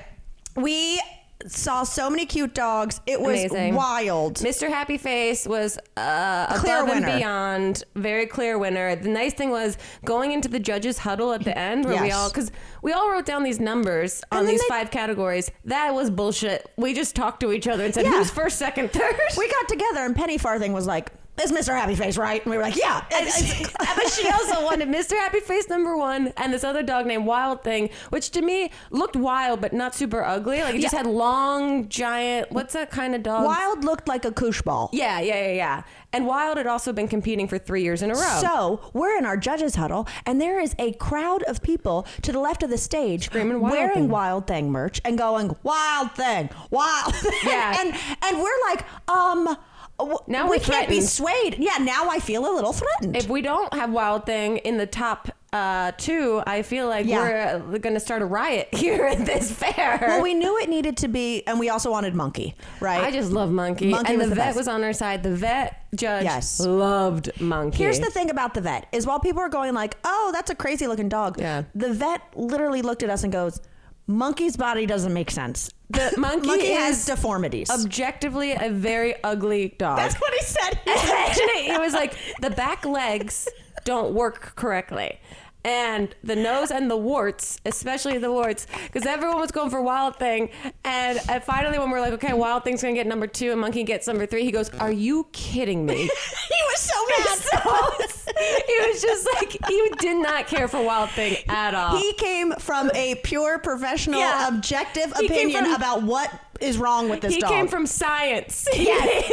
Speaker 2: we saw so many cute dogs. It was
Speaker 4: Amazing.
Speaker 2: wild.
Speaker 4: Mr. Happy Face was uh,
Speaker 2: Clear
Speaker 4: above
Speaker 2: winner.
Speaker 4: and beyond, very clear winner. The nice thing was going into the judges' huddle at the end, where we
Speaker 2: Yes.
Speaker 4: all because we all wrote down these numbers on
Speaker 2: And then
Speaker 4: these
Speaker 2: they-
Speaker 4: five categories. That was bullshit. We just talked to each other and said,
Speaker 2: Yeah.
Speaker 4: "Who's first, second, third?
Speaker 2: we got together and Penny Farthing was like, "Is Mr. Happy Face right?" And we were like, "Yeah."
Speaker 4: And she- but she also wanted Mr. Happy Face number one and this other dog named Wild Thing, which to me looked wild but not super ugly. Like it just
Speaker 2: Yeah.
Speaker 4: had long, giant. What's that kind of dog?
Speaker 2: Wild looked like a koosh ball.
Speaker 4: Yeah, yeah, yeah, yeah. And Wild had also been competing for three years in a row.
Speaker 2: So we're in our judges' huddle, and there is a crowd of people to the left of the stage
Speaker 4: Screaming Wild
Speaker 2: wearing
Speaker 4: Thing.
Speaker 2: Wild Thing merch and going Wild Thing, Wild Thing.
Speaker 4: Yeah.
Speaker 2: and and we're like, um. w-
Speaker 4: Now
Speaker 2: we
Speaker 4: we're
Speaker 2: can't be
Speaker 4: threatened.
Speaker 2: swayed. Yeah, now I feel a little threatened.
Speaker 4: If we don't have Wild Thing in the top uh, two, I feel like
Speaker 2: Yeah.
Speaker 4: we're going to start a riot here at this fair.
Speaker 2: well, we knew it needed to be, and we also wanted monkey, right?
Speaker 4: I just love Monkey.
Speaker 2: Monkey
Speaker 4: and
Speaker 2: was
Speaker 4: the,
Speaker 2: the
Speaker 4: vet
Speaker 2: best.
Speaker 4: was on our side. The vet judge
Speaker 2: Yes.
Speaker 4: loved Monkey.
Speaker 2: Here's the thing about the vet is while people are going like, "Oh, that's a crazy looking dog,"
Speaker 4: Yeah.
Speaker 2: the vet literally looked at us and goes, "Monkey's body doesn't make sense.
Speaker 4: The monkey
Speaker 2: has
Speaker 4: is
Speaker 2: deformities."
Speaker 4: Objectively, a very ugly dog.
Speaker 2: that's what he said. He said-
Speaker 4: Imagine it. It was like the back legs don't work correctly. And the nose and the warts, especially the warts, because everyone was going for Wild Thing. And uh, finally, when we're like, okay, Wild Thing's going to get number two and Monkey gets number three, he goes, Are you kidding me?
Speaker 2: he was so mad.
Speaker 4: so he was just like, he did not care for Wild Thing at all.
Speaker 2: He came from a pure professional,
Speaker 4: Yeah.
Speaker 2: objective
Speaker 4: He came
Speaker 2: opinion
Speaker 4: from-
Speaker 2: about what is wrong with this
Speaker 4: He
Speaker 2: dog.
Speaker 4: came from science.
Speaker 2: Yes.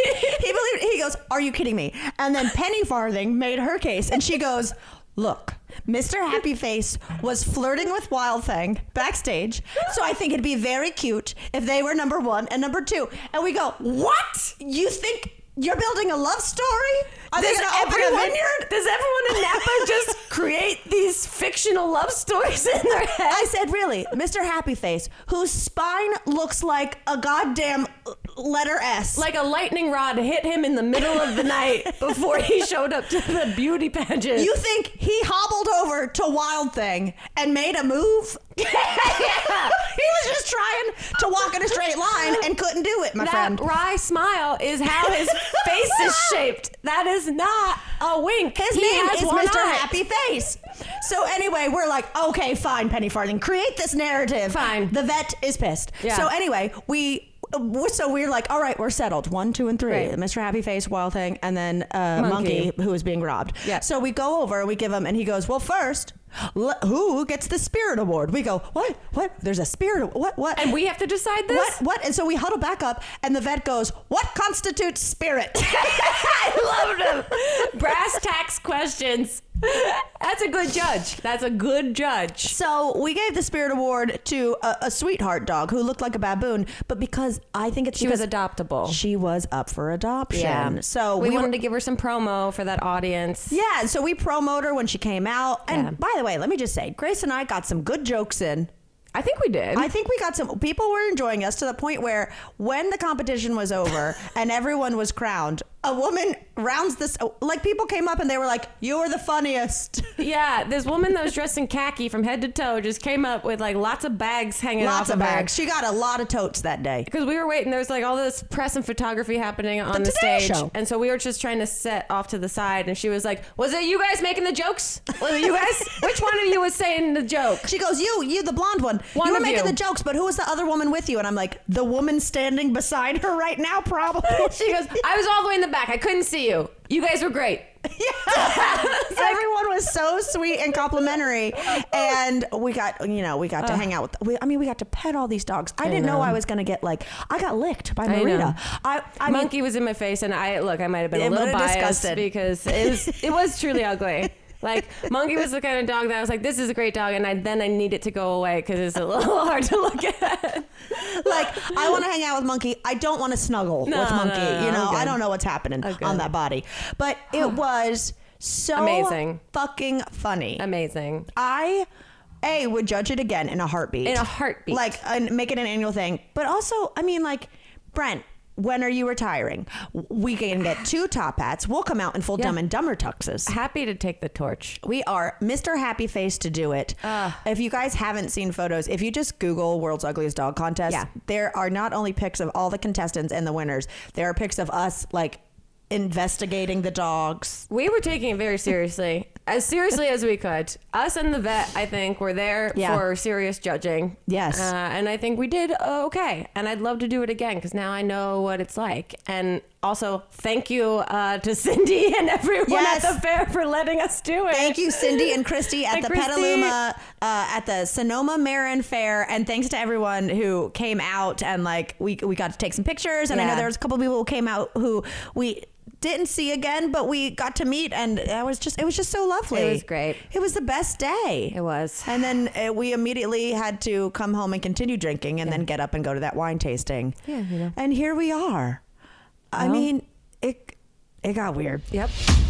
Speaker 2: he believed. He goes, "Are you kidding me?" And then Penny Farthing made her case, and she goes, "Look, Mr. Happy Face was flirting with Wild Thing backstage, so I think it'd be very cute if they were number one and number two. And we go, "What? You think?" You're building a love story? Are they
Speaker 4: Does
Speaker 2: going to open a
Speaker 4: everyone-
Speaker 2: vineyard?
Speaker 4: Does everyone in Napa just create these fictional love stories in their head?
Speaker 2: I said, really, Mr. Happy Face, whose spine looks like a goddamn letter S.
Speaker 4: like a lightning rod hit him in the middle of the night before he showed up to the beauty pageant.
Speaker 2: You think he hobbled over to Wild Thing and made a move? he was just trying to walk in a straight line and couldn't do it, my
Speaker 4: that
Speaker 2: friend.
Speaker 4: wry smile is how his face is shaped. That is not a wink.
Speaker 2: His
Speaker 4: He
Speaker 2: name
Speaker 4: has
Speaker 2: is
Speaker 4: one
Speaker 2: Mr.
Speaker 4: eye.
Speaker 2: Happy Face. So anyway, we're like, okay, fine, Penny Farthing, create this narrative.
Speaker 4: Fine.
Speaker 2: The vet is pissed.
Speaker 4: Yeah.
Speaker 2: So anyway, we. we're- So we're like, all right, we're settled. One, two, and three.
Speaker 4: Right.
Speaker 2: Mr. Happy Face, Wild Thing, and then uh,
Speaker 4: Monkey.
Speaker 2: Monkey. who is being robbed.
Speaker 4: Yeah.
Speaker 2: So we go over, we give him, and he goes, well, first, le- who gets the Spirit Award? We go, what? What? There's a Spirit Award? What? What?
Speaker 4: And we have to decide this.
Speaker 2: What? What? And so we huddle back up, and the vet goes, what constitutes spirit?
Speaker 4: I loved him. Brass tacks questions. That's a good judge. That's a good judge.
Speaker 2: So we gave the Spirit Award to a, a sweetheart dog who looked like a baboon, but because I think it's
Speaker 4: She was
Speaker 2: because
Speaker 4: adoptable.
Speaker 2: she was up for adoption. So
Speaker 4: we,
Speaker 2: we,
Speaker 4: wanted
Speaker 2: were-
Speaker 4: to give her some promo for that audience.
Speaker 2: yeah, so we promoted her when she came out. And
Speaker 4: Yeah.
Speaker 2: by the way, let me just say, Grace and I got some good jokes in.
Speaker 4: I think we did.
Speaker 2: I think we got some people were enjoying us to the point where when the competition was over and everyone was crowned, a woman rounds this like people came up and they were like, "You were the funniest."
Speaker 4: Yeah, this woman that was dressed in khaki from head to toe just came up with like lots of bags hanging
Speaker 2: Lots
Speaker 4: off
Speaker 2: of bags. She got a lot of totes that day.
Speaker 4: Because we were waiting, there was like all this press and photography happening on the,
Speaker 2: Today
Speaker 4: stage,
Speaker 2: Show.
Speaker 4: and so we were just trying to set off to the side. And she was like, "Was it you guys making the jokes? Was it you guys? Which one of you was saying the joke?"
Speaker 2: She goes, "You, you, the blonde one.
Speaker 4: One
Speaker 2: you were
Speaker 4: of
Speaker 2: making
Speaker 4: you."
Speaker 2: the jokes, but who was the other woman with you?" And I'm like, "The woman standing beside her right now, probably."
Speaker 4: She goes, "I was all the way in the back. I couldn't see you. You guys were great."
Speaker 2: Everyone was so sweet and complimentary, and we got, you know, we got to hang out with. We, I mean, we got to pet all these dogs. I, didn't know.
Speaker 4: know.
Speaker 2: I was gonna get like. I got licked by
Speaker 4: know.
Speaker 2: Marita. I, I mean,
Speaker 4: Monkey was in my face, and I look, I might have been
Speaker 2: It
Speaker 4: a little
Speaker 2: would've
Speaker 4: biased
Speaker 2: disgusted.
Speaker 4: because it was it was truly ugly. Like Monkey was the kind of dog that I was like, "This is a great dog," and I, then I need it to go away because it's a little hard to look at.
Speaker 2: like I want to hang out with Monkey. I don't want to snuggle
Speaker 4: No,
Speaker 2: with
Speaker 4: no,
Speaker 2: Monkey.
Speaker 4: no, no,
Speaker 2: you know,
Speaker 4: I'm
Speaker 2: I
Speaker 4: good.
Speaker 2: don't know what's happening
Speaker 4: I'm good.
Speaker 2: on that body, but it was so
Speaker 4: Amazing.
Speaker 2: fucking funny.
Speaker 4: Amazing.
Speaker 2: I a would judge it again in a heartbeat.
Speaker 4: In a heartbeat.
Speaker 2: Like and make it an annual thing. But also, I mean, like Brent. When are you retiring? We can get two top hats. We'll come out in full
Speaker 4: Yeah.
Speaker 2: Dumb and Dumber tuxes.
Speaker 4: Happy to take the torch.
Speaker 2: We are Mr. Happy Face to do it. if you guys haven't seen photos, if you just Google World's Ugliest Dog Contest,
Speaker 4: Yeah.
Speaker 2: there are not only pics of all the contestants and the winners, there are pics of us like investigating the dogs.
Speaker 4: We were taking it very seriously, as seriously as we could. Us and the vet, I think, were there
Speaker 2: Yeah.
Speaker 4: for serious judging.
Speaker 2: Yes.
Speaker 4: Uh, and I think we did uh, okay. And I'd love to do it again because now I know what it's like. And also, thank you uh, to Cindy and everyone
Speaker 2: Yes.
Speaker 4: at the fair for letting us do it.
Speaker 2: Thank you, Cindy and Christy at
Speaker 4: And
Speaker 2: the
Speaker 4: Christy.
Speaker 2: Petaluma, uh, at the Sonoma Marin Fair, and thanks to everyone who came out and like we we got to take some pictures. And I
Speaker 4: Yeah.
Speaker 2: know there was a couple people who came out who we didn't see again, but we got to meet, and I was just it was just so lovely.
Speaker 4: It was great.
Speaker 2: It was the best day.
Speaker 4: It was.
Speaker 2: And then uh, we immediately had to come home and continue drinking, and then get up and go to that wine tasting.
Speaker 4: Yeah, you know.
Speaker 2: And here we are. I
Speaker 4: Well,
Speaker 2: mean,
Speaker 5: it it got weird.
Speaker 2: Yep.